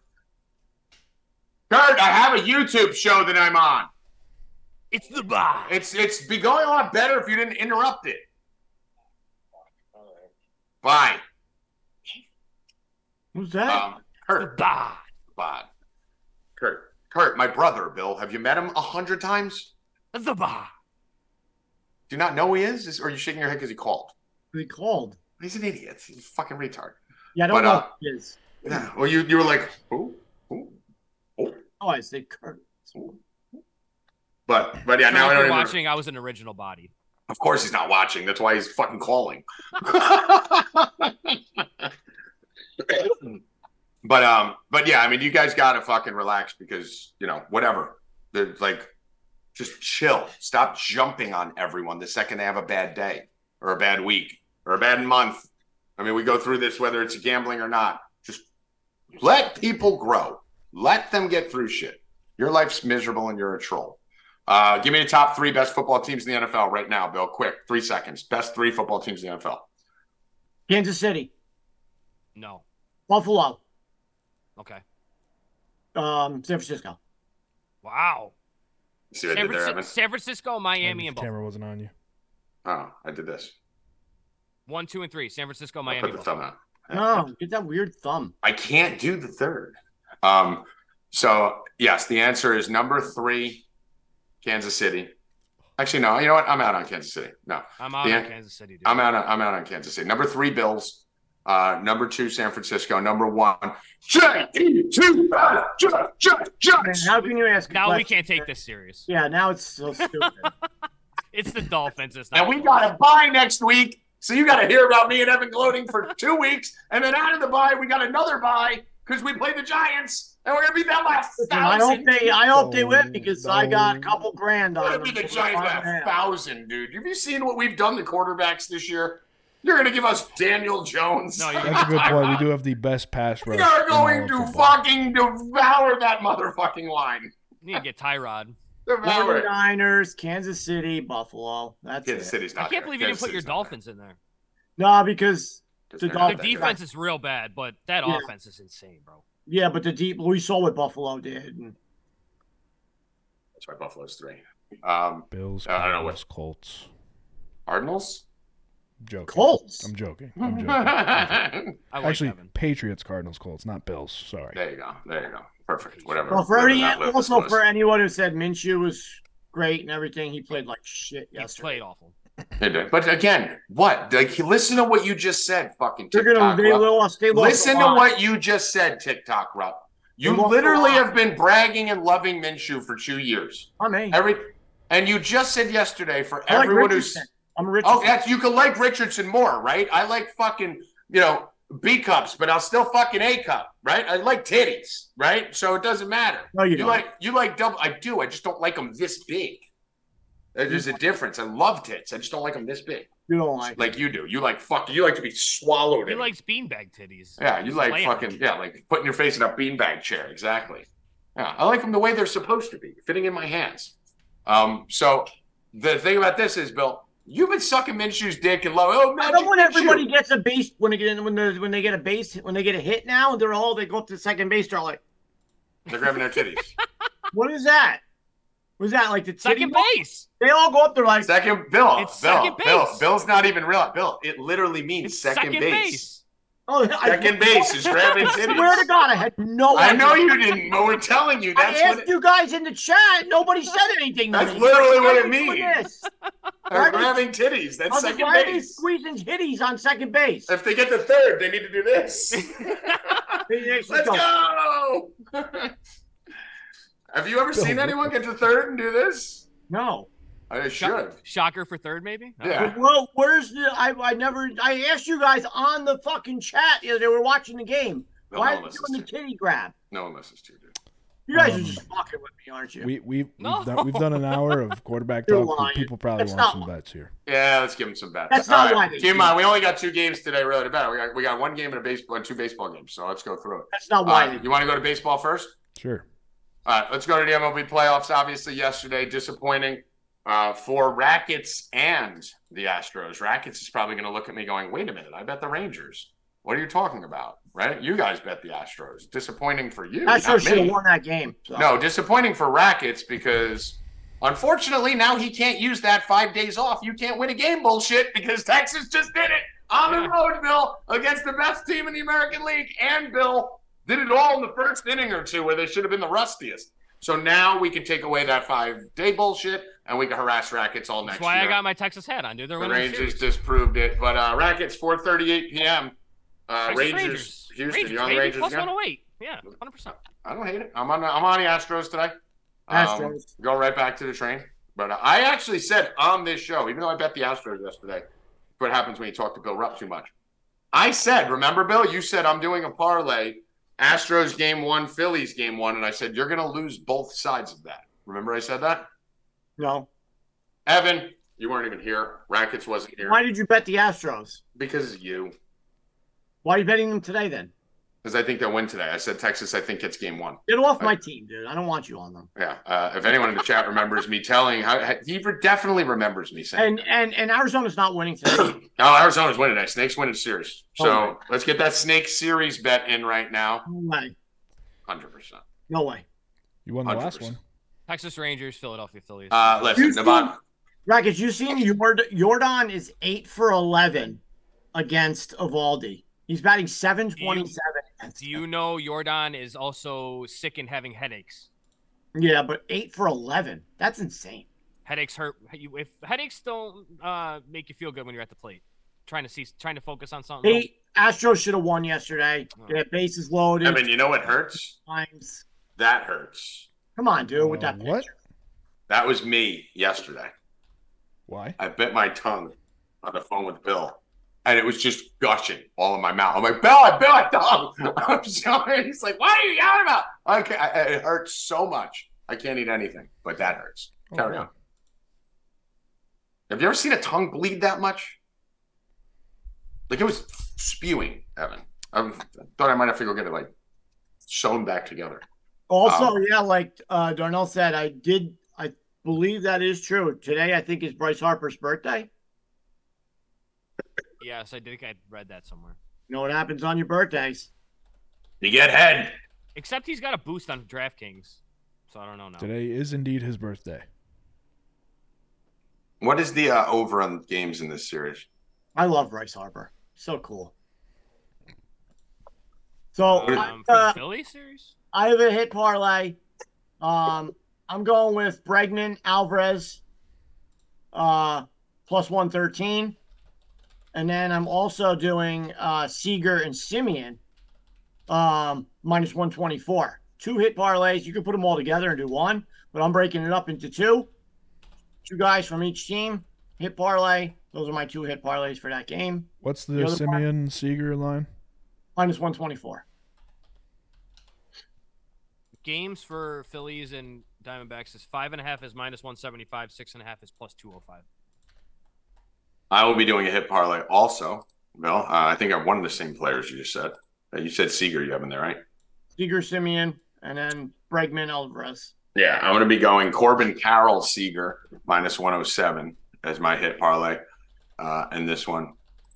Speaker 1: Kurt, I have a YouTube show that I'm on.
Speaker 4: it's the bah.
Speaker 1: It's it's be going a lot better if you didn't interrupt it. Bye.
Speaker 3: Who's that?
Speaker 1: Um,
Speaker 4: the
Speaker 1: Kurt.
Speaker 4: bah.
Speaker 1: Bod. Kurt. Kurt, my brother, Bill. Have you met him a hundred times?
Speaker 4: The bah.
Speaker 1: Do you not know who he is? is or are you shaking your head because he called?
Speaker 3: They called.
Speaker 1: He's an idiot. He's a fucking retard.
Speaker 3: Yeah, I don't
Speaker 1: But,
Speaker 3: know
Speaker 1: uh,
Speaker 3: who it is.
Speaker 1: Yeah. Well, you you were like, who? Who? Who?
Speaker 3: Oh, I say Kurt.
Speaker 1: Who? But but yeah,
Speaker 4: And
Speaker 1: now I don't even.
Speaker 4: watching. I was an original body.
Speaker 1: Of course he's not watching. That's why he's fucking calling. but um, but yeah, I mean, you guys gotta fucking relax because you know whatever. They're like, just chill. Stop jumping on everyone the second they have a bad day or a bad week or a bad month. I mean, we go through this whether it's gambling or not. Just let people grow. Let them get through shit. Your life's miserable and you're a troll. Uh, give me the top three best football teams in the NFL right now, Bill. Quick, three seconds. Best three football teams in the NFL.
Speaker 3: Kansas City,
Speaker 4: No.
Speaker 3: Buffalo,
Speaker 4: Okay.
Speaker 3: um, San Francisco.
Speaker 4: Wow.
Speaker 1: See what I
Speaker 4: San,
Speaker 1: did there,
Speaker 4: Francisco,
Speaker 1: Evan?
Speaker 4: San Francisco, Miami,
Speaker 2: Maybe
Speaker 4: and
Speaker 2: the
Speaker 4: Buffalo.
Speaker 2: camera wasn't on you.
Speaker 1: Oh, I did this.
Speaker 4: One, two, and three. San Francisco,
Speaker 1: I
Speaker 4: Miami.
Speaker 1: put the
Speaker 4: Buffalo.
Speaker 1: thumb out.
Speaker 3: No, get that weird thumb.
Speaker 1: I can't do the third. Um, so yes, the answer is number three, Kansas City. Actually, no. You know what? I'm out on Kansas City. No,
Speaker 4: I'm out
Speaker 1: Yeah.
Speaker 4: of Kansas City, dude.
Speaker 1: I'm out. On, I'm out on Kansas City. Number three, Bills. Uh, number two, San Francisco. Number one, J E two. J J J.
Speaker 3: Man, how can you ask? a
Speaker 4: now we
Speaker 3: question?
Speaker 4: can't take this serious.
Speaker 3: Yeah, now it's so stupid.
Speaker 4: It's the Dolphins. It's not
Speaker 1: And we
Speaker 4: the
Speaker 1: got a bye next week. So you got to hear about me and Evan gloating for two weeks. And then out of the bye, we got another bye because we play the Giants and we're going to beat them last
Speaker 3: Listen, I hope
Speaker 1: thousand.
Speaker 3: they, I hope they win
Speaker 2: Don't-
Speaker 3: because I got a
Speaker 2: don't.
Speaker 3: couple grand
Speaker 1: We're
Speaker 3: on
Speaker 1: going
Speaker 3: them.
Speaker 1: to beat the Giants by a
Speaker 3: Yeah.
Speaker 1: thousand, dude. Have you seen what we've done to quarterbacks this year? You're going to give us Daniel Jones.
Speaker 4: No, you're-
Speaker 2: That's a good point. We do have the best pass rush.
Speaker 1: we are
Speaker 2: in all
Speaker 1: going
Speaker 2: of
Speaker 1: to
Speaker 2: football.
Speaker 1: fucking devour that motherfucking line.
Speaker 4: Dolphins. You need to get Tyrod.
Speaker 1: Devour it.
Speaker 3: 49ers, Kansas City, Buffalo. That's
Speaker 1: Kansas
Speaker 3: it.
Speaker 1: City's
Speaker 4: I
Speaker 1: not
Speaker 4: can't
Speaker 1: there.
Speaker 4: believe you didn't
Speaker 1: Kansas
Speaker 4: put your
Speaker 1: City's not
Speaker 4: Dolphins in there.
Speaker 3: No, because
Speaker 1: there.
Speaker 3: The
Speaker 1: They're
Speaker 4: Their
Speaker 5: Oh,
Speaker 1: not
Speaker 3: Dolphins.
Speaker 1: there.
Speaker 4: defense is real bad, but that
Speaker 3: Yeah.
Speaker 4: offense is insane, bro.
Speaker 3: yeah, but the deep we saw what Buffalo did. and-
Speaker 1: That's why Buffalo's three. Um,
Speaker 2: Bills,
Speaker 1: I don't know
Speaker 2: Cardinals, Colts.
Speaker 1: Cardinals?
Speaker 2: Joking.
Speaker 3: Colts.
Speaker 2: I'm joking. I'm joking. I'm joking.
Speaker 1: there
Speaker 4: I like
Speaker 2: Actually,
Speaker 4: Evan.
Speaker 2: Patriots, Cardinals, Colts, not Bills. Sorry.
Speaker 1: you go. There you go. Perfect. Whatever.
Speaker 3: Well, for
Speaker 1: Whatever
Speaker 3: any,
Speaker 1: that list
Speaker 3: also
Speaker 1: was.
Speaker 3: for anyone who said Minshew was great and everything, he played like shit
Speaker 4: He
Speaker 3: yesterday.
Speaker 4: played awful.
Speaker 1: They did. But again, what? Like, listen to what you just said, fucking
Speaker 3: They're gonna
Speaker 1: TikTok.
Speaker 3: they
Speaker 1: Rupp.
Speaker 3: lost. They lost
Speaker 1: Listen
Speaker 3: a
Speaker 1: to
Speaker 3: lot.
Speaker 1: what you just said, TikTok, Rupp. You
Speaker 3: They lost a
Speaker 1: literally
Speaker 3: lot.
Speaker 1: have been bragging and loving Minshew for two years.
Speaker 3: I'm a.
Speaker 1: Every and you just said yesterday for
Speaker 3: I like
Speaker 1: everyone who's
Speaker 3: Richardson. I'm a Richardson.
Speaker 1: oh, that's you can like Richardson more, right? I like fucking you know B cups, but I'll still fucking A cup, right? I like titties, right? So it doesn't matter.
Speaker 3: no, you,
Speaker 1: You
Speaker 3: don't.
Speaker 1: like you like double. I do. I just don't like them this big. There's
Speaker 3: Mm.
Speaker 1: a difference. I love tits. I just don't like them this big,
Speaker 3: you don't like.
Speaker 1: like you do. You like fuck. You like to be swallowed.
Speaker 4: He
Speaker 1: in.
Speaker 4: likes beanbag titties.
Speaker 1: yeah. You like
Speaker 4: lamb.
Speaker 1: fucking yeah. Like putting your face in a beanbag chair. Exactly. Yeah. I like them the way they're supposed to be, fitting in my hands. Um. So the thing about this is, Bill, you've been sucking Minshew's dick and love. Oh,
Speaker 3: I
Speaker 1: man,
Speaker 3: don't want everybody gets a base when they get in, when they when they get a base when they get a hit now and they're all they go up to second base they're like
Speaker 1: They're grabbing their titties.
Speaker 3: what is that was that like the titty
Speaker 4: Second
Speaker 3: ball?
Speaker 4: base.
Speaker 3: they all go up there like
Speaker 1: Second, Bill.
Speaker 4: It's
Speaker 1: Bill,
Speaker 4: second
Speaker 1: Bill.
Speaker 4: base.
Speaker 1: Bill's not even real. Bill. It literally means
Speaker 4: It's
Speaker 1: second, base.
Speaker 3: oh I-
Speaker 1: Second base is grabbing
Speaker 3: I
Speaker 1: titties.
Speaker 3: swear to God I had no
Speaker 1: I
Speaker 3: idea.
Speaker 1: know you didn't, but we're telling you
Speaker 3: I
Speaker 1: that's what
Speaker 3: asked
Speaker 1: it,
Speaker 3: you guys in the chat nobody said anything to
Speaker 1: That's
Speaker 3: me.
Speaker 1: literally
Speaker 3: Why
Speaker 1: what it
Speaker 3: are you doing
Speaker 1: means.
Speaker 3: this?
Speaker 1: they're grabbing titties.
Speaker 3: I
Speaker 1: That's
Speaker 3: was like,
Speaker 1: second
Speaker 3: why are they
Speaker 1: base.
Speaker 3: squeezing titties on second base
Speaker 1: If they get the third, they need to do this.
Speaker 3: They- they should
Speaker 1: Let's
Speaker 3: go,
Speaker 1: go. Have you ever
Speaker 2: Bill,
Speaker 1: seen
Speaker 2: what
Speaker 1: anyone
Speaker 2: the
Speaker 1: get to third and do this?
Speaker 3: no
Speaker 1: I should.
Speaker 4: Shock- Shocker for third, maybe? No.
Speaker 1: Yeah.
Speaker 3: Well, where's the? I, I never. I asked you guys on the fucking chat. You know, they were watching the game.
Speaker 1: No, no
Speaker 3: Why are
Speaker 1: one
Speaker 3: you
Speaker 1: listens
Speaker 3: doing the
Speaker 1: to you.
Speaker 3: titty grab?
Speaker 1: No one listens to you, dude.
Speaker 3: You guys
Speaker 2: Um,
Speaker 3: are just fucking with me, aren't you?
Speaker 2: We we we've,
Speaker 4: No.
Speaker 2: done, we've done an hour of quarterback
Speaker 3: You're
Speaker 2: talk.
Speaker 3: lying.
Speaker 2: People probably
Speaker 3: That's
Speaker 2: want
Speaker 3: not
Speaker 2: some
Speaker 3: lying.
Speaker 2: bets here.
Speaker 1: Yeah, let's give him some bets.
Speaker 3: That's not
Speaker 1: All
Speaker 3: why
Speaker 1: right.
Speaker 3: they
Speaker 1: Keep in
Speaker 3: do
Speaker 1: mind, we only got two games today, really, to bet. We got, we got one game and a baseball, and two baseball games. So let's go through it.
Speaker 3: That's not
Speaker 1: All
Speaker 3: why.
Speaker 1: right, you want to go to baseball first?
Speaker 2: Sure.
Speaker 1: All right, let's go to the MLB playoffs. Obviously, yesterday disappointing uh, for Rackets and the Astros. Rackets is probably going to look at me going, "Wait a minute, I bet the Rangers. What are you talking about? Right? You guys bet the Astros. Disappointing for you.
Speaker 3: That
Speaker 1: uh, not
Speaker 3: show should
Speaker 1: me.
Speaker 3: have won that game. so.
Speaker 1: No, disappointing for Rackets because unfortunately now he can't use that five days off. You can't win a game bullshit because Texas just did it on the
Speaker 4: Yeah.
Speaker 1: road, Bill, against the best team in the American League. And Bill did it all in the first inning or two where they should have been the rustiest. So now we can take away that five day bullshit and we can harass Rackets all
Speaker 4: That's
Speaker 1: next
Speaker 4: why
Speaker 1: year.
Speaker 4: I got my Texas hat on, dude. They're
Speaker 1: the
Speaker 4: winning the
Speaker 1: Rangers
Speaker 4: series.
Speaker 1: disproved it. But uh, Rackets, 4.38 p.m. Uh,
Speaker 4: Texas
Speaker 1: Rangers, Houston, you on the
Speaker 4: baby,
Speaker 1: Rangers
Speaker 4: plus oh-
Speaker 1: again?
Speaker 4: 108. Yeah, 100. percent
Speaker 1: I don't hate it. I'm on. I'm on the Astros today. Um,
Speaker 3: Astros.
Speaker 1: go right back to the train. But I actually said on this show, even though I bet the Astros yesterday, what happens when you talk to Bill Rupp too much. I said, remember, Bill, you said I'm doing a parlay, Astros game one, Phillies game one, and I said you're going to lose both sides of that. Remember, I said that.
Speaker 3: No.
Speaker 1: Evan, you weren't even here. Rackets wasn't here
Speaker 3: Why did you bet the Astros?
Speaker 1: because of you.
Speaker 3: Why are you betting them today then?
Speaker 1: Because I think they'll win today. I said Texas. I think it's game one.
Speaker 3: Get off my team, dude. I don't want you on them.
Speaker 1: Yeah. Uh, if anyone in the chat remembers me telling, how he definitely remembers me saying.
Speaker 3: And and and Arizona's not winning today.
Speaker 1: No, Arizona's winning that. Snakes winning series. So
Speaker 3: Oh, my.
Speaker 1: let's get that snake series bet in right now.
Speaker 3: no way.
Speaker 1: Hundred percent.
Speaker 3: No way.
Speaker 2: You won the last one.
Speaker 1: 100%.
Speaker 4: Texas Rangers, Philadelphia Phillies.
Speaker 1: Uh, listen,
Speaker 3: Houston.
Speaker 1: Nevada.
Speaker 3: Rackets, you seen Jord- Jordan is eight for eleven against Evaldi. He's batting seven twenty seven.
Speaker 4: Do you know Jordan is also sick and having headaches?
Speaker 3: Yeah, but eight for eleven. That's insane.
Speaker 4: Headaches hurt. You, if headaches don't uh, make you feel good when you're at the plate, trying to see, trying to focus on something.
Speaker 3: They Astros should have won yesterday. They had bases loaded.
Speaker 1: Evan, you know what hurts?
Speaker 3: times.
Speaker 1: That hurts.
Speaker 3: Come on, dude, with
Speaker 2: Uh,
Speaker 3: that
Speaker 2: what?
Speaker 3: picture.
Speaker 1: That was me yesterday.
Speaker 2: Why?
Speaker 1: I bit my tongue on the phone with Bill, and it was just gushing all in my mouth. I'm like, Bill, I bit my tongue. I'm sorry. He's like, what are you yelling about? Okay, I, I- it hurts so much. I can't eat anything, but that hurts.
Speaker 2: Oh,
Speaker 1: Carry
Speaker 2: wow.
Speaker 1: on. Have you ever seen a tongue bleed that much? Like it was spewing, Evan. I thought I might have to go get it like sewn back together.
Speaker 3: Also, yeah, like uh, Darnell said, I did. I believe that is true. Today, I think is Bryce Harper's birthday.
Speaker 4: yes, I did. I read that somewhere.
Speaker 3: You know what happens on your birthdays?
Speaker 1: You get head.
Speaker 4: Except he's got a boost on DraftKings, so I don't know now.
Speaker 2: Today is indeed his birthday.
Speaker 1: What is the uh, over on games in this series?
Speaker 3: I love Bryce Harper. So cool. So
Speaker 4: Um,
Speaker 3: I,
Speaker 4: for
Speaker 3: uh,
Speaker 4: the Philly series,
Speaker 3: I have a hit parlay. Um, I'm going with Bregman Alvarez, uh, plus one thirteen, and then I'm also doing uh, Seager and Simeon, um, minus one twenty four. Two hit parlays. You can put them all together and do one, but I'm breaking it up into two. Two guys from each team. Hit parlay. Those are my two hit parlays for that game.
Speaker 2: What's the,
Speaker 3: The other part-
Speaker 2: Simeon Seeger line?
Speaker 3: Minus one twenty four.
Speaker 4: games for Phillies and Diamondbacks is five and a half is minus one seventy five, six and a half is plus two hundred five.
Speaker 1: I will be doing a hit parlay also. Bill, uh, I think I won the same players you just said. Uh, You said Seager you have in there, right?
Speaker 3: Seager, Simeon, and then Bregman Alvarez.
Speaker 1: Yeah, I'm going to be going Corbin Carroll Seager minus 107 as my hit parlay uh, in this one.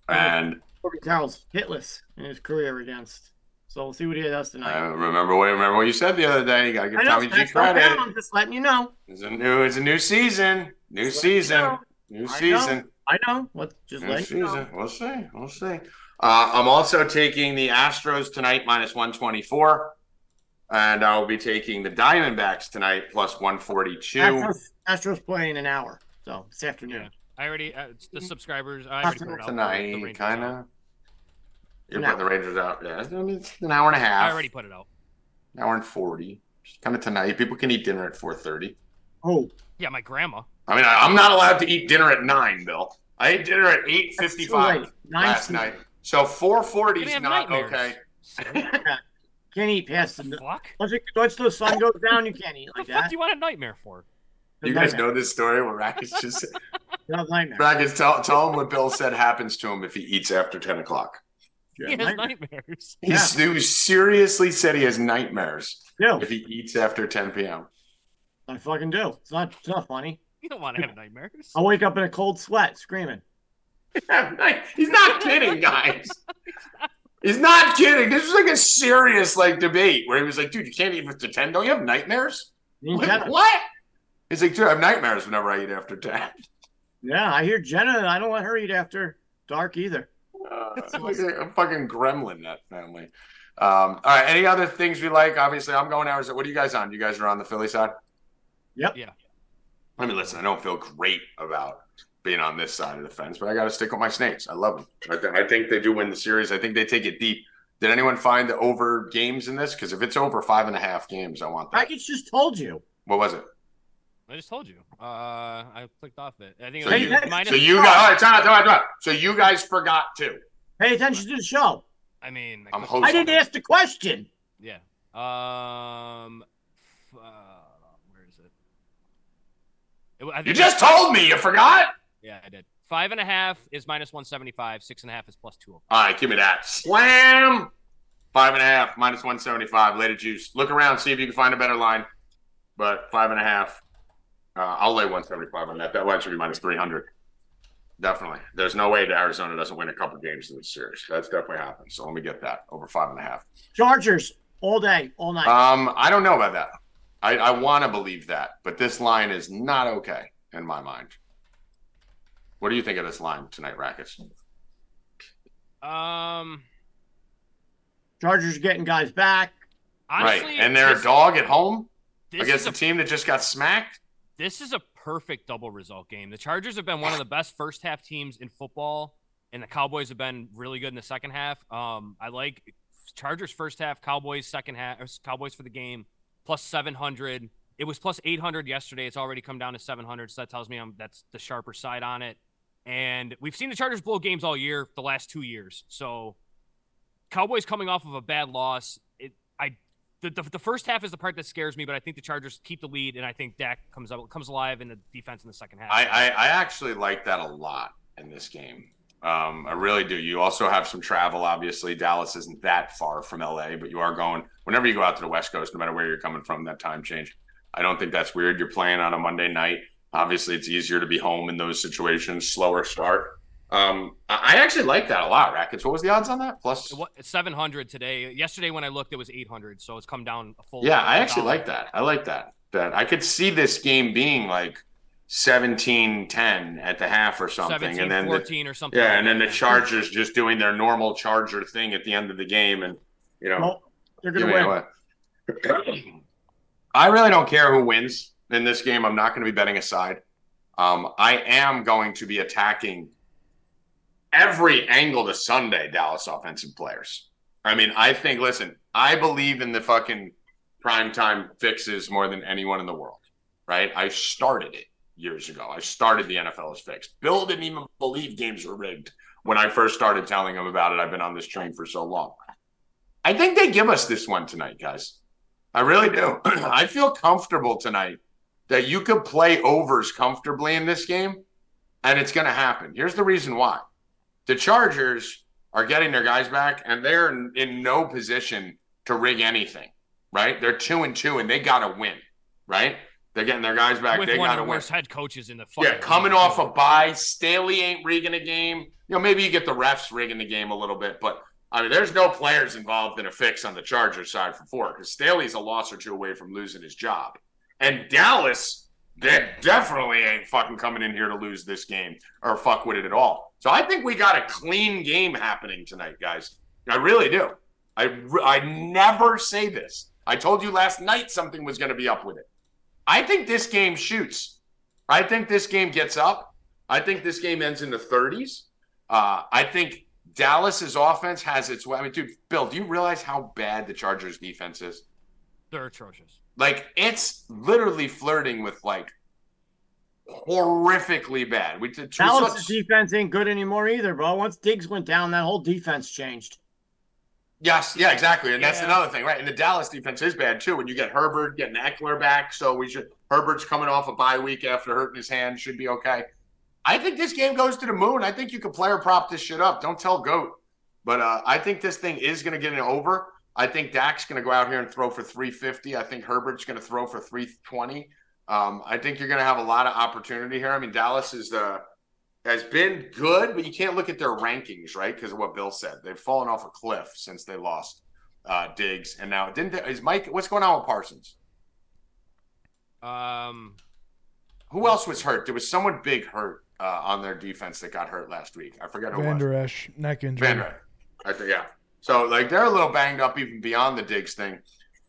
Speaker 1: And
Speaker 3: Corbin Carroll's hitless in his career against. So we'll see what he does
Speaker 1: uh,
Speaker 3: tonight.
Speaker 1: remember what remember what you said the other day. You got to give Tommy G
Speaker 3: that's not bad,
Speaker 1: credit.
Speaker 3: I'm just letting you know.
Speaker 1: It's a new it's a new season, new
Speaker 3: Just letting you
Speaker 1: season,
Speaker 3: know.
Speaker 1: new
Speaker 3: I
Speaker 1: season,
Speaker 3: I know. Let's just
Speaker 1: new
Speaker 3: let you know.
Speaker 1: season. We'll see, we'll see. Uh, I'm also taking the Astros tonight minus 124, and I'll be taking the Diamondbacks tonight plus 142.
Speaker 3: Astros, Astros play in an hour. So this afternoon.
Speaker 4: Yeah. I already uh, it's the subscribers. I already put it out. The
Speaker 1: tonight,
Speaker 4: Rangers
Speaker 1: kind
Speaker 4: out.
Speaker 1: of. You're
Speaker 3: No.
Speaker 1: putting the Rangers out. Yeah, it's- I mean, it's an hour and a half.
Speaker 4: I already put it out.
Speaker 1: An hour and forty. Kind of tonight. People can eat dinner at four thirty.
Speaker 3: Oh,
Speaker 4: Yeah, my grandma.
Speaker 1: I mean, I, I'm not allowed to eat dinner at nine, Bill. I ate dinner at eight
Speaker 3: that's too
Speaker 1: fifty-five
Speaker 3: late. Nine
Speaker 1: last
Speaker 3: to-
Speaker 1: night. So four forty
Speaker 4: Gonna
Speaker 1: is
Speaker 4: have
Speaker 1: not
Speaker 4: nightmares.
Speaker 1: okay.
Speaker 4: Sorry.
Speaker 3: Can't eat past the.
Speaker 4: Fuck.
Speaker 3: Once, it, once the sun goes down, you can't eat
Speaker 4: What
Speaker 3: like
Speaker 4: the fuck
Speaker 3: that.
Speaker 4: do you want a nightmare for?
Speaker 5: You guys know this story where Rackets just
Speaker 3: You have nightmares.
Speaker 5: Rackets tell tell him what Bill said happens to him if he eats after ten o'clock.
Speaker 3: Yeah,
Speaker 4: He has
Speaker 3: nightmares.
Speaker 4: nightmares.
Speaker 5: He s- he seriously said he has nightmares
Speaker 3: do.
Speaker 5: if he eats after ten p.m.
Speaker 3: I fucking do. It's not. It's not funny.
Speaker 4: You don't want to have nightmares.
Speaker 3: I wake up in a cold sweat, screaming.
Speaker 5: He's not kidding, guys. He's not kidding. This was like a serious like debate where he was like, "Dude, you can't eat after ten. Don't you have nightmares?"
Speaker 3: Me and
Speaker 5: What?
Speaker 3: Jenna-
Speaker 5: what? He's like, "Dude, I have nightmares whenever I eat after 10.
Speaker 3: Yeah, I hear Jenna. I don't let her eat after dark either.
Speaker 5: Uh, like a, a fucking gremlin, that family. Um, all right. Any other things we like? Obviously, I'm going Arizona. What are you guys on? You guys are on the Philly side?
Speaker 3: Yep.
Speaker 4: Yeah.
Speaker 5: I mean, listen, I don't feel great about being on this side of the fence, but I got to stick with my snakes. I love them. I, th- I think they do win the series. I think they take it deep. Did anyone find the over games in this? Because if it's over five and a half games, I want that.
Speaker 3: Rackets just told you.
Speaker 5: What was it?
Speaker 4: I just told you. Uh, I clicked off it. I think
Speaker 5: So
Speaker 4: it was
Speaker 5: you-
Speaker 4: minus
Speaker 5: So you guys, all right, time out, time out, time out. So you guys forgot too.
Speaker 3: Pay attention to the show.
Speaker 4: I mean,
Speaker 5: I'm
Speaker 4: clicked-
Speaker 5: hosting.
Speaker 3: I didn't ask the question.
Speaker 4: Yeah. Um. f- Uh, where is it? It wa- I
Speaker 5: You
Speaker 4: think
Speaker 5: just
Speaker 4: it's-
Speaker 5: told me you forgot.
Speaker 4: Yeah, I did. Five and a half is minus one seventy five. Six and a half is plus two. oh
Speaker 5: All right, give me that. Slam! Five and a half, minus 175, later juice. Look around, see if you can find a better line. But five and a half, uh, I'll lay 175 on that. That line should be minus 300. Definitely. There's no way that Arizona doesn't win a couple games in this series. That's definitely happened. So let me get that over five and a half.
Speaker 3: Chargers all day, all
Speaker 1: Uh,
Speaker 3: night.
Speaker 5: Um, I don't know about that. I, I want to believe that, but this line is not okay in my mind. What do you think of this line tonight, Rackets?
Speaker 4: Um.
Speaker 3: Chargers getting guys back.
Speaker 4: Honestly,
Speaker 5: right. And they're
Speaker 4: this,
Speaker 5: a dog at home?
Speaker 4: This
Speaker 5: against
Speaker 4: is
Speaker 5: a
Speaker 4: a
Speaker 5: team that just got smacked.
Speaker 4: this is a perfect double result game. The Chargers have been one of the best first half teams in football, and the Cowboys have been really good in the second half. Um, I like Chargers first half, Cowboys second half, or Cowboys for the game plus seven hundred. It was plus eight hundred yesterday. It's already come down to seven hundred, so that tells me I'm that's the sharper side on it. And we've seen the Chargers blow games all year, the last two years. So Cowboys coming off of a bad loss. It, I the, the, the first half is the part that scares me, but I think the Chargers keep the lead, and I think Dak comes up comes alive in the defense in the second half.
Speaker 5: I, I, I actually like that a lot in this game. Um, I really do. You also have some travel, obviously. Dallas isn't that far from LA, but you are going whenever you go out to the West Coast, no matter where you're coming from, that time change. I don't think that's weird. You're playing on a Monday night. Obviously, it's easier to be home in those situations, slower start. Um, I I actually like that a lot, Rackets. What was the odds on that? Plus,
Speaker 4: It wa- it's 700 today. Yesterday when I looked, it was 800, so it's come down a full.
Speaker 5: Yeah, I actually
Speaker 4: dollar.
Speaker 5: like that. I like that. That I could see this game being like 17-10 at the half or something.
Speaker 4: 17,
Speaker 5: and then the,
Speaker 4: 14 or something.
Speaker 5: yeah,
Speaker 4: like
Speaker 5: and then
Speaker 4: that.
Speaker 5: the Chargers just doing their normal Charger thing at the end of the game and you know,
Speaker 3: Well, they're
Speaker 5: give
Speaker 3: gonna
Speaker 5: me
Speaker 3: win.
Speaker 5: away. I really don't care who wins in this game. I'm not going to be betting aside. Um, I am going to be attacking every angle to Sunday Dallas offensive players. I mean, I think, listen, I believe in the fucking primetime fixes more than anyone in the world, right? I started it years ago. I started the NFL is fixed. Bill didn't even believe games were rigged when I first started telling him about it. I've been on this train for so long. I think they give us this one tonight, guys. I really do. I feel comfortable tonight that you could play overs comfortably in this game, and it's going to happen. Here's the reason why the Chargers are getting their guys back, and they're in, in no position to rig anything, right? They're two and two, and they got to win, right? They're getting their guys back.
Speaker 4: with
Speaker 5: they
Speaker 4: one
Speaker 5: got
Speaker 4: of
Speaker 5: to
Speaker 4: the
Speaker 5: win.
Speaker 4: worst head coaches in the fucking
Speaker 5: Yeah, coming
Speaker 4: league.
Speaker 5: off a bye, Staley ain't rigging a game. You know, maybe you get the refs rigging the game a little bit, but I mean, there's no players involved in a fix on the Chargers side for four because Staley's a loss or two away from losing his job. And Dallas, they definitely ain't fucking coming in here to lose this game or fuck with it at all. So I think we got a clean game happening tonight, guys. I really do. I, re- I never say this. I told you last night something was going to be up with it. I think this game shoots. I think this game gets up. I think this game ends in the 30s. Uh, I think Dallas's offense has its way. I mean, dude, Bill, do you realize how bad the Chargers defense is?
Speaker 4: They're atrocious.
Speaker 5: Like, it's literally flirting with like horrifically bad. We did two
Speaker 3: Dallas'
Speaker 5: such-
Speaker 3: defense ain't good anymore either, bro. Once Diggs went down, that whole defense changed.
Speaker 1: Yes, yeah, exactly, and that's
Speaker 4: Yeah.
Speaker 1: another thing, right? And the Dallas defense is bad too. When you get Herbert getting Eckler back, so we should Herbert's coming off a bye week after hurting his hand, should be okay. I think this game goes to the moon. I think you can player prop this shit up. Don't tell goat, but uh, I think this thing is going to get an over. I think Dak's going to go out here and throw for 350. I think Herbert's going to throw for 320. Um, I think you're going to have a lot of opportunity here. I mean, Dallas is the has been good, but you can't look at their rankings, right? Because of what Bill said, they've fallen off a cliff since they lost uh, Diggs, and now didn't they, is Mike? What's going on with Parsons?
Speaker 4: Um,
Speaker 1: Who else was hurt? There was someone big hurt uh, on their defense that got hurt last week. I forget who it was.
Speaker 2: Vander Esch, neck injury.
Speaker 1: Vander. I think, yeah. So like they're a little banged up even beyond the Diggs thing.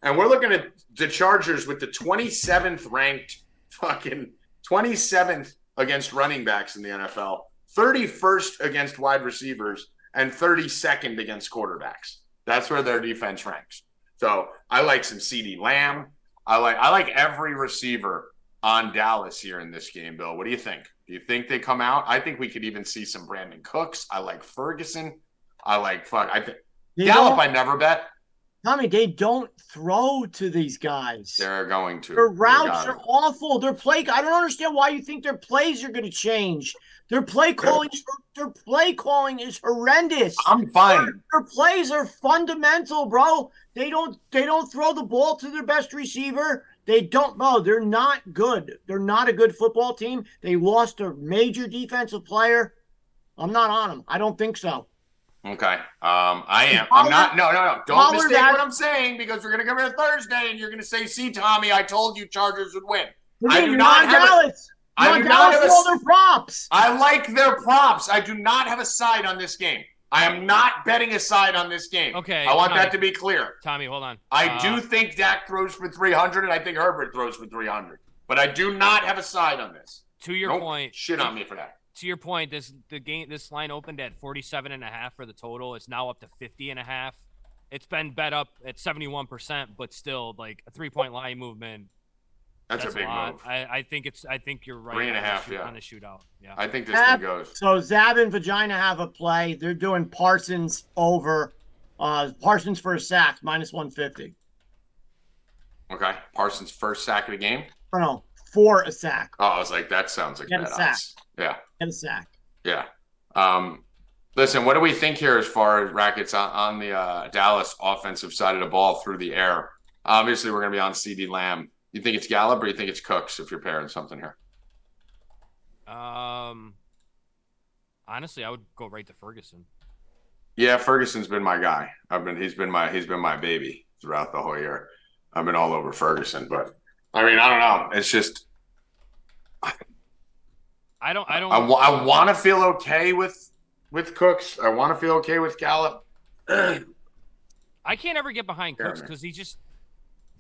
Speaker 1: And we're looking at the Chargers with the 27th ranked fucking 27th against running backs in the NFL, 31st against wide receivers, and 32nd against quarterbacks. That's where their defense ranks. So I like some CD Lamb. I like I like every receiver on Dallas here in this game, Bill. What do you think? Do you think they come out? I think we could even see some Brandon Cooks. I like Ferguson. I like fuck. I think
Speaker 3: They
Speaker 1: Gallup.
Speaker 3: don't-
Speaker 1: I never bet.
Speaker 3: Tommy, they don't throw to these guys.
Speaker 1: They're going to.
Speaker 3: Their
Speaker 1: They
Speaker 3: routes
Speaker 1: got
Speaker 3: are
Speaker 1: it.
Speaker 3: awful. Their play. I don't understand why you think their plays are going to change. Their play calling. Their play calling is horrendous.
Speaker 1: I'm fine.
Speaker 3: Their, their plays are fundamental, bro. They don't. They don't throw the ball to their best receiver. They don't. Bro, they're not good. They're not a good football team. They lost a major defensive player. I'm not on them. I don't think so.
Speaker 1: Okay. Um, I am.
Speaker 3: Pollard-
Speaker 1: I'm not. No, no, no. Don't
Speaker 3: Pollard
Speaker 1: mistake
Speaker 3: had-
Speaker 1: what I'm saying because we're gonna come here Thursday and you're gonna say, "See, Tommy, I told you Chargers would win." I do
Speaker 3: You're
Speaker 1: not
Speaker 3: on
Speaker 1: have a-
Speaker 3: Dallas. You're
Speaker 1: I
Speaker 3: on
Speaker 1: do not
Speaker 3: Dallas
Speaker 1: have
Speaker 3: with
Speaker 1: a.
Speaker 3: all their props.
Speaker 1: I like their props. I do not have a side on this game. I am not betting a side on this game.
Speaker 4: Okay,
Speaker 1: I want
Speaker 4: Tommy.
Speaker 1: that to be clear.
Speaker 4: Tommy, hold on.
Speaker 1: I
Speaker 4: Uh,
Speaker 1: do think Dak throws for 300, and I think Herbert throws for 300. But I do not have a side on this.
Speaker 4: To your
Speaker 1: Don't
Speaker 4: point,
Speaker 1: Shit on me for that.
Speaker 4: to your point, this the game this line opened at 47 and a half for the total. It's now up to 50 and a half. It's been bet up at 71%, but still like a three-point line movement.
Speaker 1: That's, a big
Speaker 4: lot.
Speaker 1: move.
Speaker 4: I, I think it's I think you're right.
Speaker 1: Three and a
Speaker 4: on the
Speaker 1: half,
Speaker 4: shoot-
Speaker 1: yeah.
Speaker 4: On the shootout. Yeah.
Speaker 1: I think this
Speaker 3: Ab-
Speaker 1: thing goes.
Speaker 3: So Zab and Vagina have a play. They're doing Parsons over uh Parsons for a sack, minus one fifty.
Speaker 1: Okay. Parsons' first sack of the game.
Speaker 3: I don't know, for a sack.
Speaker 1: Oh, I was like, that sounds like
Speaker 3: Get a
Speaker 1: bad
Speaker 3: sack.
Speaker 1: odds. Yeah.
Speaker 3: Get a sack.
Speaker 1: Yeah. Um, listen, what do we think here as far as rackets on, on the uh, Dallas offensive side of the ball through the air? Obviously, we're going to be on CD Lamb. You think it's Gallup or you think it's Cooks if you're pairing something here?
Speaker 4: Um honestly, I would go right to Ferguson.
Speaker 1: Yeah, Ferguson's been my guy. I've been he's been my he's been my baby throughout the whole year. I've been all over Ferguson, but I mean, I don't know. It's just
Speaker 4: I don't I don't
Speaker 1: I, wa- I want to feel okay with with Cooks. I want to feel okay with Gallup.
Speaker 4: I can't ever get behind Cooks
Speaker 1: Fair.
Speaker 4: because he just,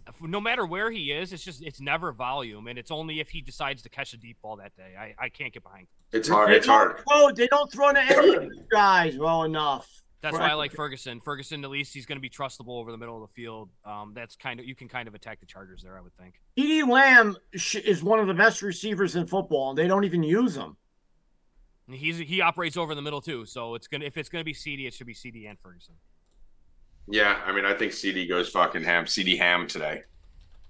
Speaker 4: if- no matter where he is, it's just it's never volume, and it's only if he decides to catch a deep ball that day. I, I can't get behind. Cooks.
Speaker 1: It's hard.
Speaker 3: They
Speaker 1: It's hard.
Speaker 3: don't throw. They don't throw to any of these guys well enough.
Speaker 4: That's
Speaker 1: Right.
Speaker 4: why I like Ferguson. Ferguson, at least he's going to be trustable over the middle of the field. Um, that's kind of you can kind of attack the Chargers there. I would think.
Speaker 3: T.D. Lamb sh- is one of the best receivers in football, and they don't even use him.
Speaker 4: And He's he operates over the middle too, so it's gonna if it's gonna be CD, it should be CD and Ferguson.
Speaker 1: Yeah, I mean, I think CD goes fucking ham. CD ham today.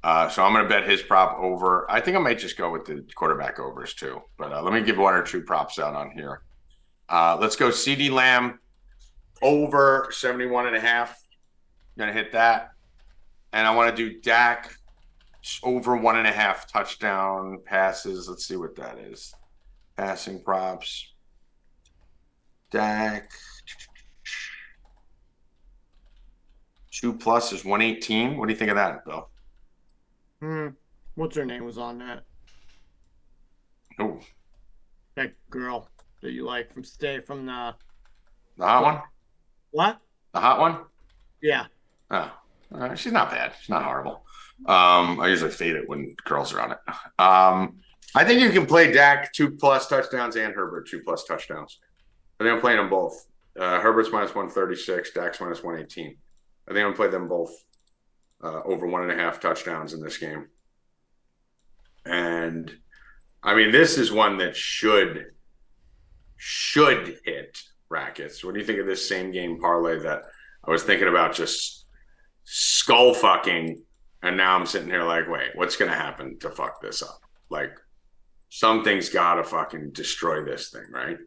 Speaker 1: Uh, so I'm going to bet his prop over. I think I might just go with the quarterback overs too. But uh, let me give one or two props out on here. Uh, let's go CD Lamb over 71 and a half. Going to hit that. And I want to do Dak over one and a half touchdown passes. Let's see what that is. Passing props. Dak two plus is 118. What do you think of that, Bill?
Speaker 3: Hmm. What's her name was on that?
Speaker 1: Oh,
Speaker 3: That girl that you like from stay from the
Speaker 1: the hot one?
Speaker 3: what?
Speaker 1: The hot one?
Speaker 3: Yeah.
Speaker 1: Oh, uh, she's not bad. She's not horrible. Um, I usually fade it when girls are on it. Um, I think you can play Dak two plus touchdowns and Herbert two plus touchdowns. I think I'm playing them both. Uh, Herbert's minus 136, Dak's minus 118. I think I'm going to play them both uh, over one and a half touchdowns in this game. And I mean, this is one that should should hit rackets. What do you think of this same game parlay that I was thinking about just skull fucking, and now I'm sitting here like, wait, what's gonna happen to fuck this up? Like, something's gotta fucking destroy this thing, right?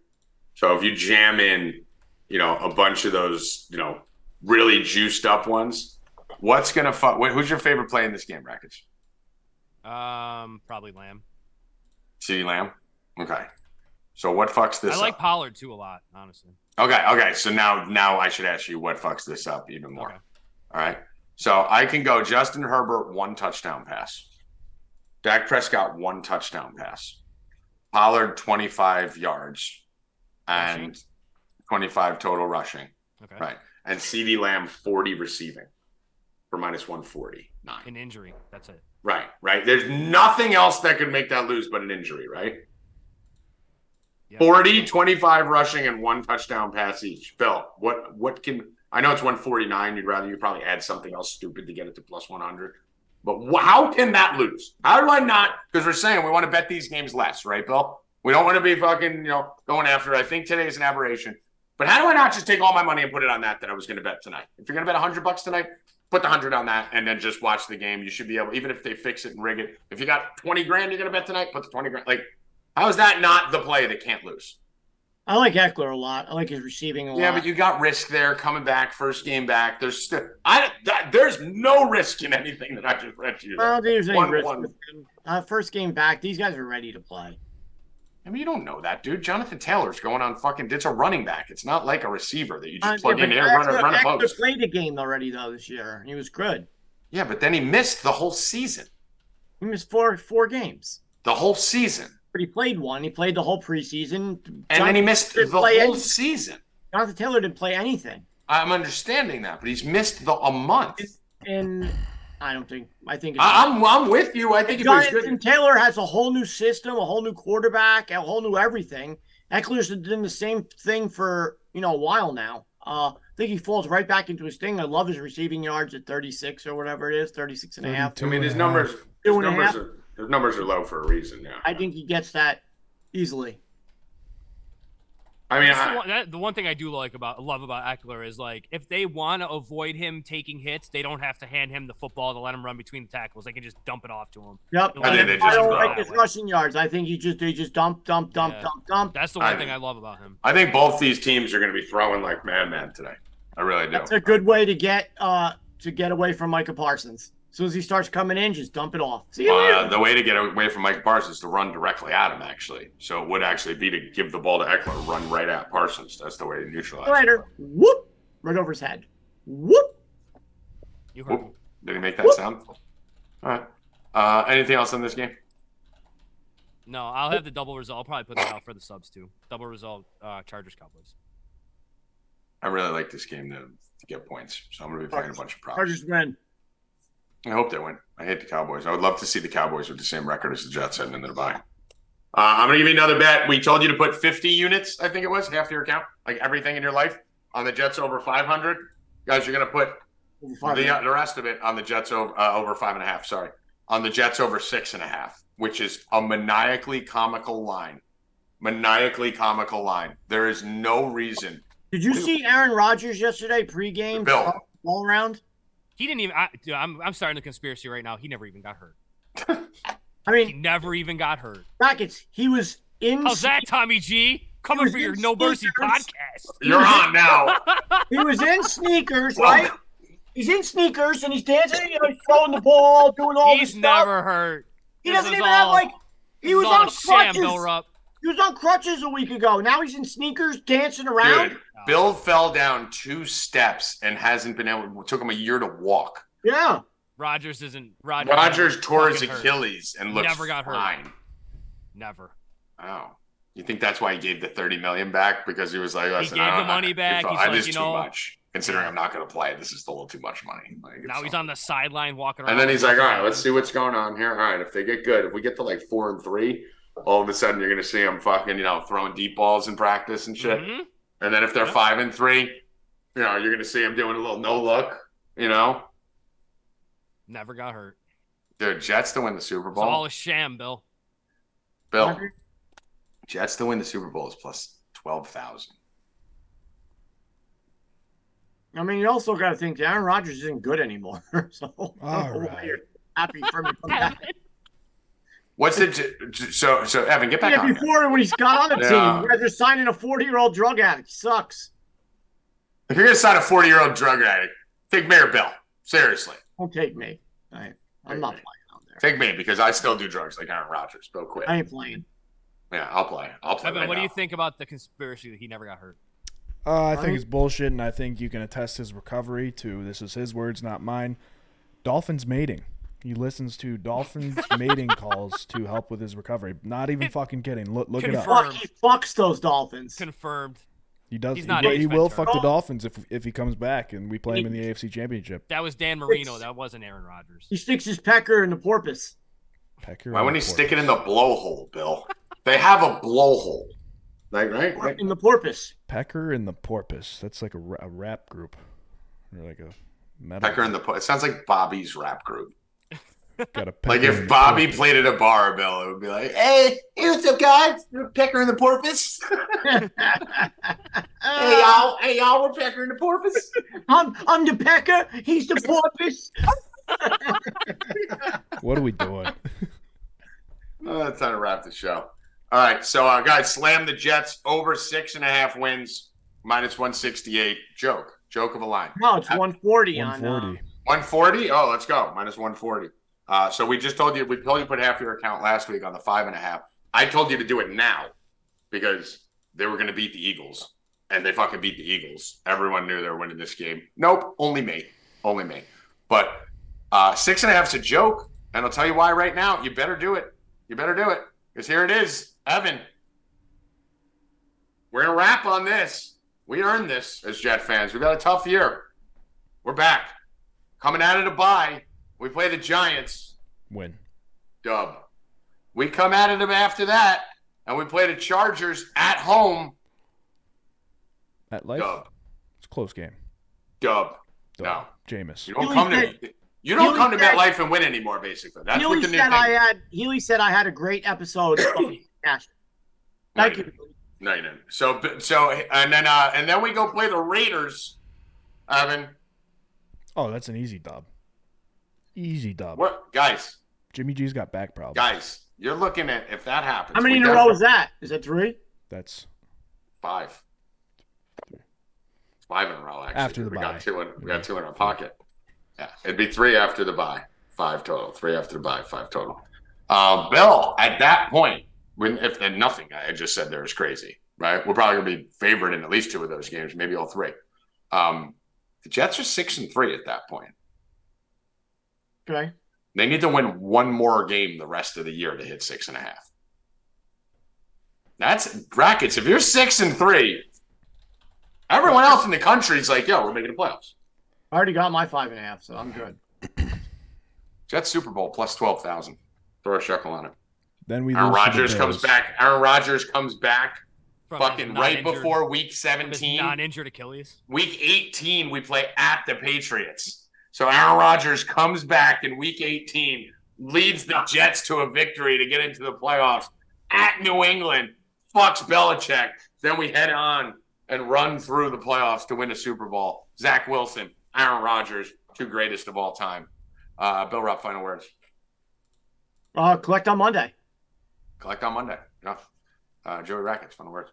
Speaker 1: So if you jam in, you know, a bunch of those, you know, really juiced up ones, what's gonna fuck? Wait, who's your favorite play in this game, Rackets?
Speaker 4: Um, probably Lamb.
Speaker 1: CD Lamb. Okay. So what fucks this
Speaker 4: I like
Speaker 1: up?
Speaker 4: Pollard too a lot, honestly.
Speaker 1: Okay, okay. So now now I should ask you what fucks this up even more.
Speaker 4: Okay.
Speaker 1: All right. So I can go Justin Herbert one touchdown pass. Dak Prescott one touchdown pass. Pollard 25 yards and 25 total rushing
Speaker 4: Okay.
Speaker 1: Right. and CeeDee Lamb 40 receiving for minus 140. Nine.
Speaker 4: An injury. That's it.
Speaker 1: Right, right. There's nothing else that could make that lose but an injury, right?
Speaker 4: Yeah.
Speaker 1: 40, 25 rushing and one touchdown pass each. Bill, what what can I know it's 149, you'd rather you probably add something else stupid to get it to plus 100. But wh- how can that lose? How do I not because we're saying we want to bet these games less, right, Bill? We don't want to be fucking, you know, going after it. I think today is an aberration. But how do I not just take all my money and put it on that that I was going to bet tonight? If you're going to bet 100 bucks tonight, put the hundred on that and then just watch the game. You should be able, even if they fix it and rig it. If you got twenty grand, you're gonna bet tonight. Put the twenty grand. Like, how is that not the play that can't lose?
Speaker 3: I like Eckler a lot. I like his receiving a
Speaker 1: Yeah,
Speaker 3: lot.
Speaker 1: but you got risk there coming back, first game back. There's still, I that, there's no risk in anything that I just read to you.
Speaker 3: I don't think Oh, there's any
Speaker 1: One-
Speaker 3: risk
Speaker 1: one.
Speaker 3: with him. Uh, first game back, these guys are ready to play.
Speaker 1: I mean, you don't know that, dude. Jonathan Taylor's going on fucking. It's a running back. It's not like a receiver that you just
Speaker 3: Uh,
Speaker 1: plug
Speaker 3: yeah,
Speaker 1: in
Speaker 3: but
Speaker 1: there, run,
Speaker 3: Eckler-
Speaker 1: a- run a
Speaker 3: Eckler
Speaker 1: post.
Speaker 3: played a game already though this year. He was good.
Speaker 1: Yeah, but then he missed the whole season.
Speaker 3: He missed four four games,
Speaker 1: The whole season,
Speaker 3: but he played one. He played the whole preseason.
Speaker 1: and then he missed the
Speaker 3: didn't play
Speaker 1: whole
Speaker 3: any-
Speaker 1: season.
Speaker 3: Jonathan Taylor didn't play anything,
Speaker 1: I'm understanding that, but he's missed the a month.
Speaker 3: and I don't think I think it's
Speaker 1: I, I'm I'm with you. I think if it was
Speaker 3: Jonathan
Speaker 1: good,
Speaker 3: Taylor has a whole new system, a whole new quarterback, a whole new everything. Eckler's done the same thing for you know a while now. Uh, I think he falls right back into his thing. I love his receiving yards at 36 or whatever it is, 36 and a half.
Speaker 1: I mean, his
Speaker 2: and a half.
Speaker 1: numbers, his
Speaker 3: Two and a
Speaker 1: numbers
Speaker 3: half.
Speaker 1: are his numbers are low for a reason. Yeah,
Speaker 3: I think he gets that easily.
Speaker 1: I mean,
Speaker 4: That's the,
Speaker 1: I,
Speaker 4: one, that, the one thing I do like about love about Eckler is like if they want to avoid him taking hits, they don't have to hand him the football to let him run between the tackles. They can just dump it off to him.
Speaker 3: Yep.
Speaker 4: And
Speaker 1: then
Speaker 3: And
Speaker 1: they
Speaker 3: I
Speaker 1: just
Speaker 3: don't
Speaker 1: go
Speaker 3: like
Speaker 1: that
Speaker 3: his
Speaker 4: way.
Speaker 3: rushing yards. I think he just they just dump, dump, dump,
Speaker 4: Yeah.
Speaker 3: dump, dump.
Speaker 4: That's the
Speaker 1: I
Speaker 4: one thing
Speaker 1: agree.
Speaker 4: I love about him.
Speaker 1: I think both these teams are going to be throwing like madmen today. I really do.
Speaker 3: That's a good way to get uh to get away from Micah Parsons. As soon as he starts coming in, just dump it off. See you later.
Speaker 1: Uh, the way to get away from Mike Parsons is to run directly at him, actually. So it would actually be to give the ball to Eckler, run right at Parsons. That's the way to neutralize.
Speaker 3: See you later. Whoop. Right over his head. Whoop.
Speaker 4: You heard me.
Speaker 1: Whoop. Did he make that
Speaker 3: Whoop.
Speaker 1: sound? All right. Uh, anything else on this game?
Speaker 4: No, I'll have the double result. I'll probably put that out for the subs too. Double result, uh, Chargers Cowboys.
Speaker 1: I really like this game to, to get points, so I'm going to be playing a bunch of props.
Speaker 3: Chargers win.
Speaker 1: I hope they win. I hate the Cowboys. I would love to see the Cowboys with the same record as the Jets heading into the bye. Uh, I'm going to give you another bet. We told you to put 50 units, I think it was, half your account, like everything in your life, on the Jets over 500. Guys, you're going to put
Speaker 3: Over five
Speaker 1: the,
Speaker 3: minutes.
Speaker 1: uh, the rest of it on the Jets over, uh, over five and a half, sorry, on the Jets over six and a half, which is a maniacally comical line. Maniacally comical line. There is no reason.
Speaker 3: Did you see Aaron Rodgers yesterday pregame?
Speaker 1: Bill.
Speaker 3: uh, Ball around.
Speaker 4: He didn't even. I, dude, I'm I'm starting the conspiracy right now. He never even got hurt.
Speaker 3: I
Speaker 4: He
Speaker 3: mean,
Speaker 4: never even got hurt.
Speaker 3: Rockets. He was in.
Speaker 4: How's that, Tommy G? Coming
Speaker 3: was
Speaker 4: for your
Speaker 3: in
Speaker 4: No Mercy
Speaker 3: sneakers.
Speaker 4: podcast.
Speaker 1: You're on now.
Speaker 3: He was in sneakers, right? He's in sneakers and he's dancing, you know, he's throwing the ball, doing all
Speaker 4: He's
Speaker 3: this stuff.
Speaker 4: never hurt.
Speaker 3: he
Speaker 4: this
Speaker 3: doesn't
Speaker 4: is
Speaker 3: even have
Speaker 4: all-
Speaker 3: like.
Speaker 4: This
Speaker 3: He was
Speaker 4: is all
Speaker 3: on
Speaker 4: a sham,
Speaker 3: crutches.
Speaker 4: Bill Rupp.
Speaker 3: He was on crutches a week ago. Now he's in sneakers dancing around.
Speaker 1: Dude, Bill fell down two steps and hasn't been able. It took him a year to walk.
Speaker 3: Yeah.
Speaker 4: Rogers isn't Rogers.
Speaker 1: Rogers
Speaker 4: never
Speaker 1: tore his
Speaker 4: fucking hurt.
Speaker 1: Achilles and looks
Speaker 4: Never got hurt.
Speaker 1: fine.
Speaker 4: Never.
Speaker 1: Oh, you think that's why he gave the thirty million back because he was like, Listen,
Speaker 4: gave
Speaker 1: I don't-
Speaker 4: the money
Speaker 1: I-
Speaker 4: back.
Speaker 1: I-
Speaker 4: He's
Speaker 1: I-
Speaker 4: like,
Speaker 1: this
Speaker 4: you
Speaker 1: is too
Speaker 4: know-
Speaker 1: much. Considering I'm not going to play, this is still a little too much money. Like,
Speaker 4: Now
Speaker 1: it's
Speaker 4: he's
Speaker 1: not-
Speaker 4: on the sideline walking around.
Speaker 1: And then he's like, "All right, let's see what's going on here. All right, if they get good, if we get to like four and three, all of a sudden you're going to see him fucking, you know, throwing deep balls in practice and shit.
Speaker 4: Mhm.
Speaker 1: And then if they're
Speaker 4: Yeah.
Speaker 1: five and three, you know, you're going to see him doing a little no look. You know,
Speaker 4: Never got hurt.
Speaker 1: Dude, Jets to win the Super
Speaker 4: It's all
Speaker 1: Bowl.
Speaker 4: a sham, Bill.
Speaker 1: Bill, Jets to win the Super Bowl is plus twelve thousand.
Speaker 3: I mean, you also got to think Aaron Rodgers isn't good anymore. so I don't know why
Speaker 2: right.
Speaker 3: you're happy for him to come back.
Speaker 1: What's the j- j- so so Evan? Get back
Speaker 3: Yeah,
Speaker 1: on. here.
Speaker 3: before when he's got on the
Speaker 1: Yeah.
Speaker 3: team, you guys are signing a 40 year old drug addict. Sucks.
Speaker 1: If you're gonna sign a 40 year old drug addict, take Mayor Bill. Seriously,
Speaker 3: Don't take me. I, I'm not playing out there.
Speaker 1: take me because I still do drugs like Aaron Rodgers. But quit.
Speaker 3: I ain't playing.
Speaker 1: Yeah, I'll play. I'll play.
Speaker 4: Evan,
Speaker 1: right
Speaker 4: what do you
Speaker 1: now.
Speaker 4: think about the conspiracy that he never got hurt?
Speaker 2: Uh, I
Speaker 3: Right?
Speaker 2: think it's bullshit, and I think you can attest his recovery to this is his words, not mine. Dolphins mating. He listens to dolphins mating calls to help with his recovery. Not even fucking kidding. Look, look it up.
Speaker 4: Confirm.
Speaker 3: Fuck, he fucks those Dolphins.
Speaker 4: Confirmed.
Speaker 2: He does.
Speaker 4: He's
Speaker 2: He,
Speaker 4: not
Speaker 2: will-
Speaker 4: an
Speaker 2: he will
Speaker 4: X-Factor.
Speaker 2: fuck the Dolphins if if he comes back and we play him in the AFC Championship.
Speaker 4: That was Dan Marino.
Speaker 3: It's-
Speaker 4: That wasn't Aaron Rodgers.
Speaker 3: he sticks his pecker in the porpoise.
Speaker 2: Pecker
Speaker 1: Why wouldn't he
Speaker 2: report.
Speaker 1: stick it in the blowhole, Bill? They have a blowhole. Like right,
Speaker 3: Or
Speaker 1: right.
Speaker 3: In the porpoise.
Speaker 2: Pecker and the Porpoise. That's like a, ra- a rap group, or like a metal.
Speaker 1: Pecker in the. po- It sounds like Bobby's rap group.
Speaker 2: Got a
Speaker 1: Like
Speaker 2: pecker in
Speaker 1: if
Speaker 2: the
Speaker 1: Bobby
Speaker 2: porpoise.
Speaker 1: played at a bar, Bill, it would be like, "Hey, hey, what's up, guys? We're Pecker and the Porpoise. Hey y'all, hey y'all, we're Pecker and the Porpoise."
Speaker 3: I'm, I'm the pecker. He's the porpoise.
Speaker 2: What are we doing?
Speaker 1: Oh, that's time to wrap the show. All right, so uh, guys, slam the Jets over six and a half wins, minus one sixty eight. Joke, joke of a line.
Speaker 3: No, Oh, it's 140 on. uh,
Speaker 2: 140.
Speaker 1: One forty. Oh, let's go minus one forty. Uh, so we just told you we told you put half your account last week on the five and a half. I told you to do it now because they were going to beat the Eagles, and they fucking beat the Eagles. Everyone knew they were winning this game. Nope, only me, only me. But uh, six and a half's a joke, and I'll tell you why right now. You better do it. You better do it because here it is, Evan. We're gonna wrap on this. We earned this as Jet fans. We've got a tough year. We're back coming out of the bye. We play the Giants.
Speaker 2: Win.
Speaker 1: Dub. We come out of them after that, and we play the Chargers at home.
Speaker 2: At life.
Speaker 1: Dub.
Speaker 2: It's a close game.
Speaker 1: Dub.
Speaker 2: Dub.
Speaker 1: No.
Speaker 2: Jameis.
Speaker 1: You don't
Speaker 3: Healy
Speaker 1: come to
Speaker 3: said-
Speaker 1: you don't
Speaker 3: Healy
Speaker 1: come to
Speaker 3: said-
Speaker 1: MetLife and win anymore. Basically, that's
Speaker 3: Healy
Speaker 1: what the
Speaker 3: said
Speaker 1: new thing.
Speaker 3: I had. Healy said I had a great episode. of Cash.
Speaker 1: No,
Speaker 3: Thank you.
Speaker 1: No, you didn't. So so and then uh, and then we go play the Raiders. Evan,
Speaker 2: Oh, that's an easy dub. Easy dub.
Speaker 1: what guys?
Speaker 2: Jimmy G's got back problems.
Speaker 1: Guys, you're looking at if that happens.
Speaker 3: How many
Speaker 1: we
Speaker 3: in a
Speaker 1: definitely-
Speaker 3: row is that? Is that three?
Speaker 2: That's
Speaker 1: Five. Five in a row, actually.
Speaker 2: After the
Speaker 1: we
Speaker 2: bye.
Speaker 1: Got two in, we got two in our pocket. Yeah. It'd be three after the buy. Five total. Three after the buy. Five total. Uh, Bill, at that point, when if and nothing I just said there is crazy, right? We're probably gonna be favored in at least two of those games, maybe all three. Um, the Jets are six and three at that point.
Speaker 3: Okay.
Speaker 1: They need to win one more game the rest of the year to hit six and a half. That's brackets. If you're six and three, everyone else in the country is like, yo, we're making the playoffs.
Speaker 3: I already got my five and a half, so I'm good.
Speaker 1: Jets Super Bowl plus 12,000. Throw a shekel on it.
Speaker 2: then we.
Speaker 1: Aaron
Speaker 2: lose to the
Speaker 1: Rodgers comes
Speaker 2: Bills.
Speaker 1: back. Aaron Rodgers comes back
Speaker 4: From his
Speaker 1: fucking right
Speaker 4: non-injured-
Speaker 1: before week
Speaker 4: from his
Speaker 1: 17.
Speaker 4: non-injured Achilles.
Speaker 1: Week 18, we play at the Patriots. So Aaron Rodgers comes back in week 18, leads the Jets to a victory to get into the playoffs at New England, fucks Belichick. Then we head on and run through the playoffs to win a Super Bowl. Zach Wilson, Aaron Rodgers, two greatest of all time. Uh, Bill Rupp, final words.
Speaker 3: Uh, collect on Monday.
Speaker 1: Collect on Monday. Yeah. Uh, Joey Rackets, final words.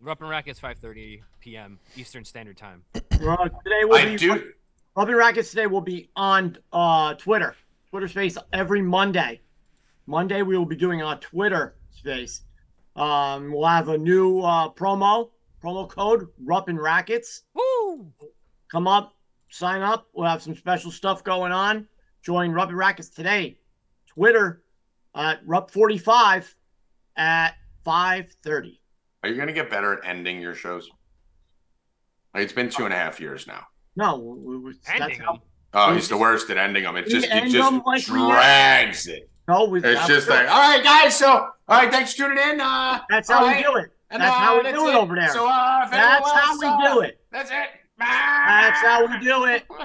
Speaker 4: Rupp and Rackets, 5:30 p.m. Eastern Standard Time.
Speaker 3: Uh, today will
Speaker 1: I
Speaker 3: be
Speaker 1: do.
Speaker 3: Rubbing Rackets today will be on uh, Twitter, Twitter Space every Monday. Monday we will be doing a Twitter Space. Um, we'll have a new uh, promo promo code Rupp and Rackets.
Speaker 4: Woo!
Speaker 3: Come up, sign up. We'll have some special stuff going on. Join Rupp and Rackets today. Twitter at Rupp45 at 5:30.
Speaker 1: Are you going to get better at ending your shows? Like, it's been two and a half years now.
Speaker 3: No, we- we- that's
Speaker 4: Ending
Speaker 3: how.
Speaker 4: them.
Speaker 1: Oh, he's the worst at ending them. It
Speaker 3: We
Speaker 1: just it
Speaker 3: end
Speaker 1: just
Speaker 3: them like we
Speaker 1: drags it.
Speaker 3: No, we,
Speaker 1: It's
Speaker 3: that's-
Speaker 1: just like, all right, guys. So, all right, thanks for tuning in. Uh,
Speaker 3: that's how we
Speaker 1: Alright.
Speaker 3: do it.
Speaker 1: and,
Speaker 3: That's
Speaker 1: uh,
Speaker 3: how we
Speaker 1: that's
Speaker 3: do it over there.
Speaker 1: So, uh, if anyone
Speaker 3: That's how
Speaker 1: else,
Speaker 3: we do
Speaker 1: uh,
Speaker 3: it.
Speaker 1: That's it.
Speaker 3: That's how we do it.
Speaker 1: do.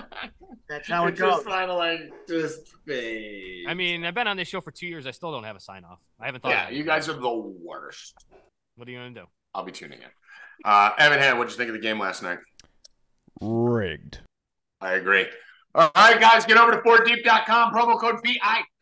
Speaker 3: That's how it
Speaker 1: it's just
Speaker 3: goes.
Speaker 1: kind of like just. fades.
Speaker 4: I mean, I've been on this show for two years. I still don't have a sign off. I haven't thought.
Speaker 1: yeah,
Speaker 4: about it.
Speaker 1: you guys are the worst.
Speaker 4: What are you gonna do?
Speaker 1: I'll be tuning in. Uh, Evan, Hand, what would you think of the game last night?
Speaker 2: rigged.
Speaker 1: I agree. All right, guys, get over to 4deep.com. Promo code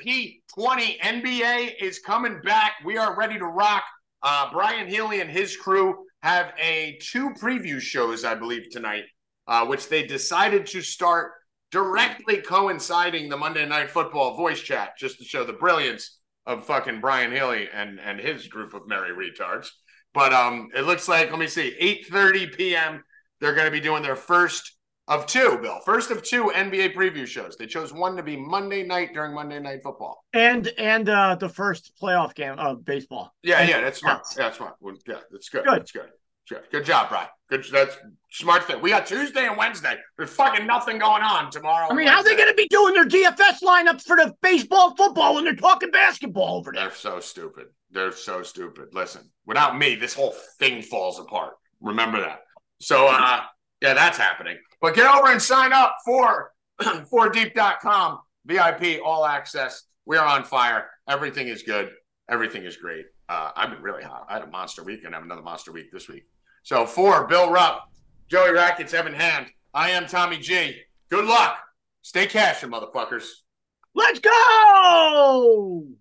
Speaker 1: VIP20. NBA is coming back. We are ready to rock. Uh, Brian Healy and his crew have a two preview shows, I believe, tonight, uh, which they decided to start directly coinciding the Monday Night Football voice chat, just to show the brilliance of fucking Brian Healy and and his group of merry retards. But um, it looks like let me see, 8:30 p.m. They're going to be doing their first of two, Bill. First of two NBA preview shows. They chose one to be Monday night during Monday Night Football.
Speaker 3: And and uh, the first playoff game of baseball.
Speaker 1: Yeah, yeah, that's smart. Yeah, that's smart. Well, yeah, that's good. good. That's good. Good. Good job, Brian. Good. That's smart thing. We got Tuesday and Wednesday. There's fucking nothing going on tomorrow.
Speaker 3: I mean, how are they going to be doing their DFS lineups for the baseball, football when they're talking basketball over there?
Speaker 1: They're so stupid. They're so stupid. Listen, without me, this whole thing falls apart. Remember that. So, uh, yeah, that's happening. But get over and sign up for 4deep.com VIP all access. We are on fire. Everything is good. Everything is great. Uh, I've been really hot. I had a monster week and I have another monster week this week. So for Bill Rupp, Joey Rackets, Evan Hand, I am Tommy G. Good luck. Stay cashing, motherfuckers.
Speaker 3: Let's go!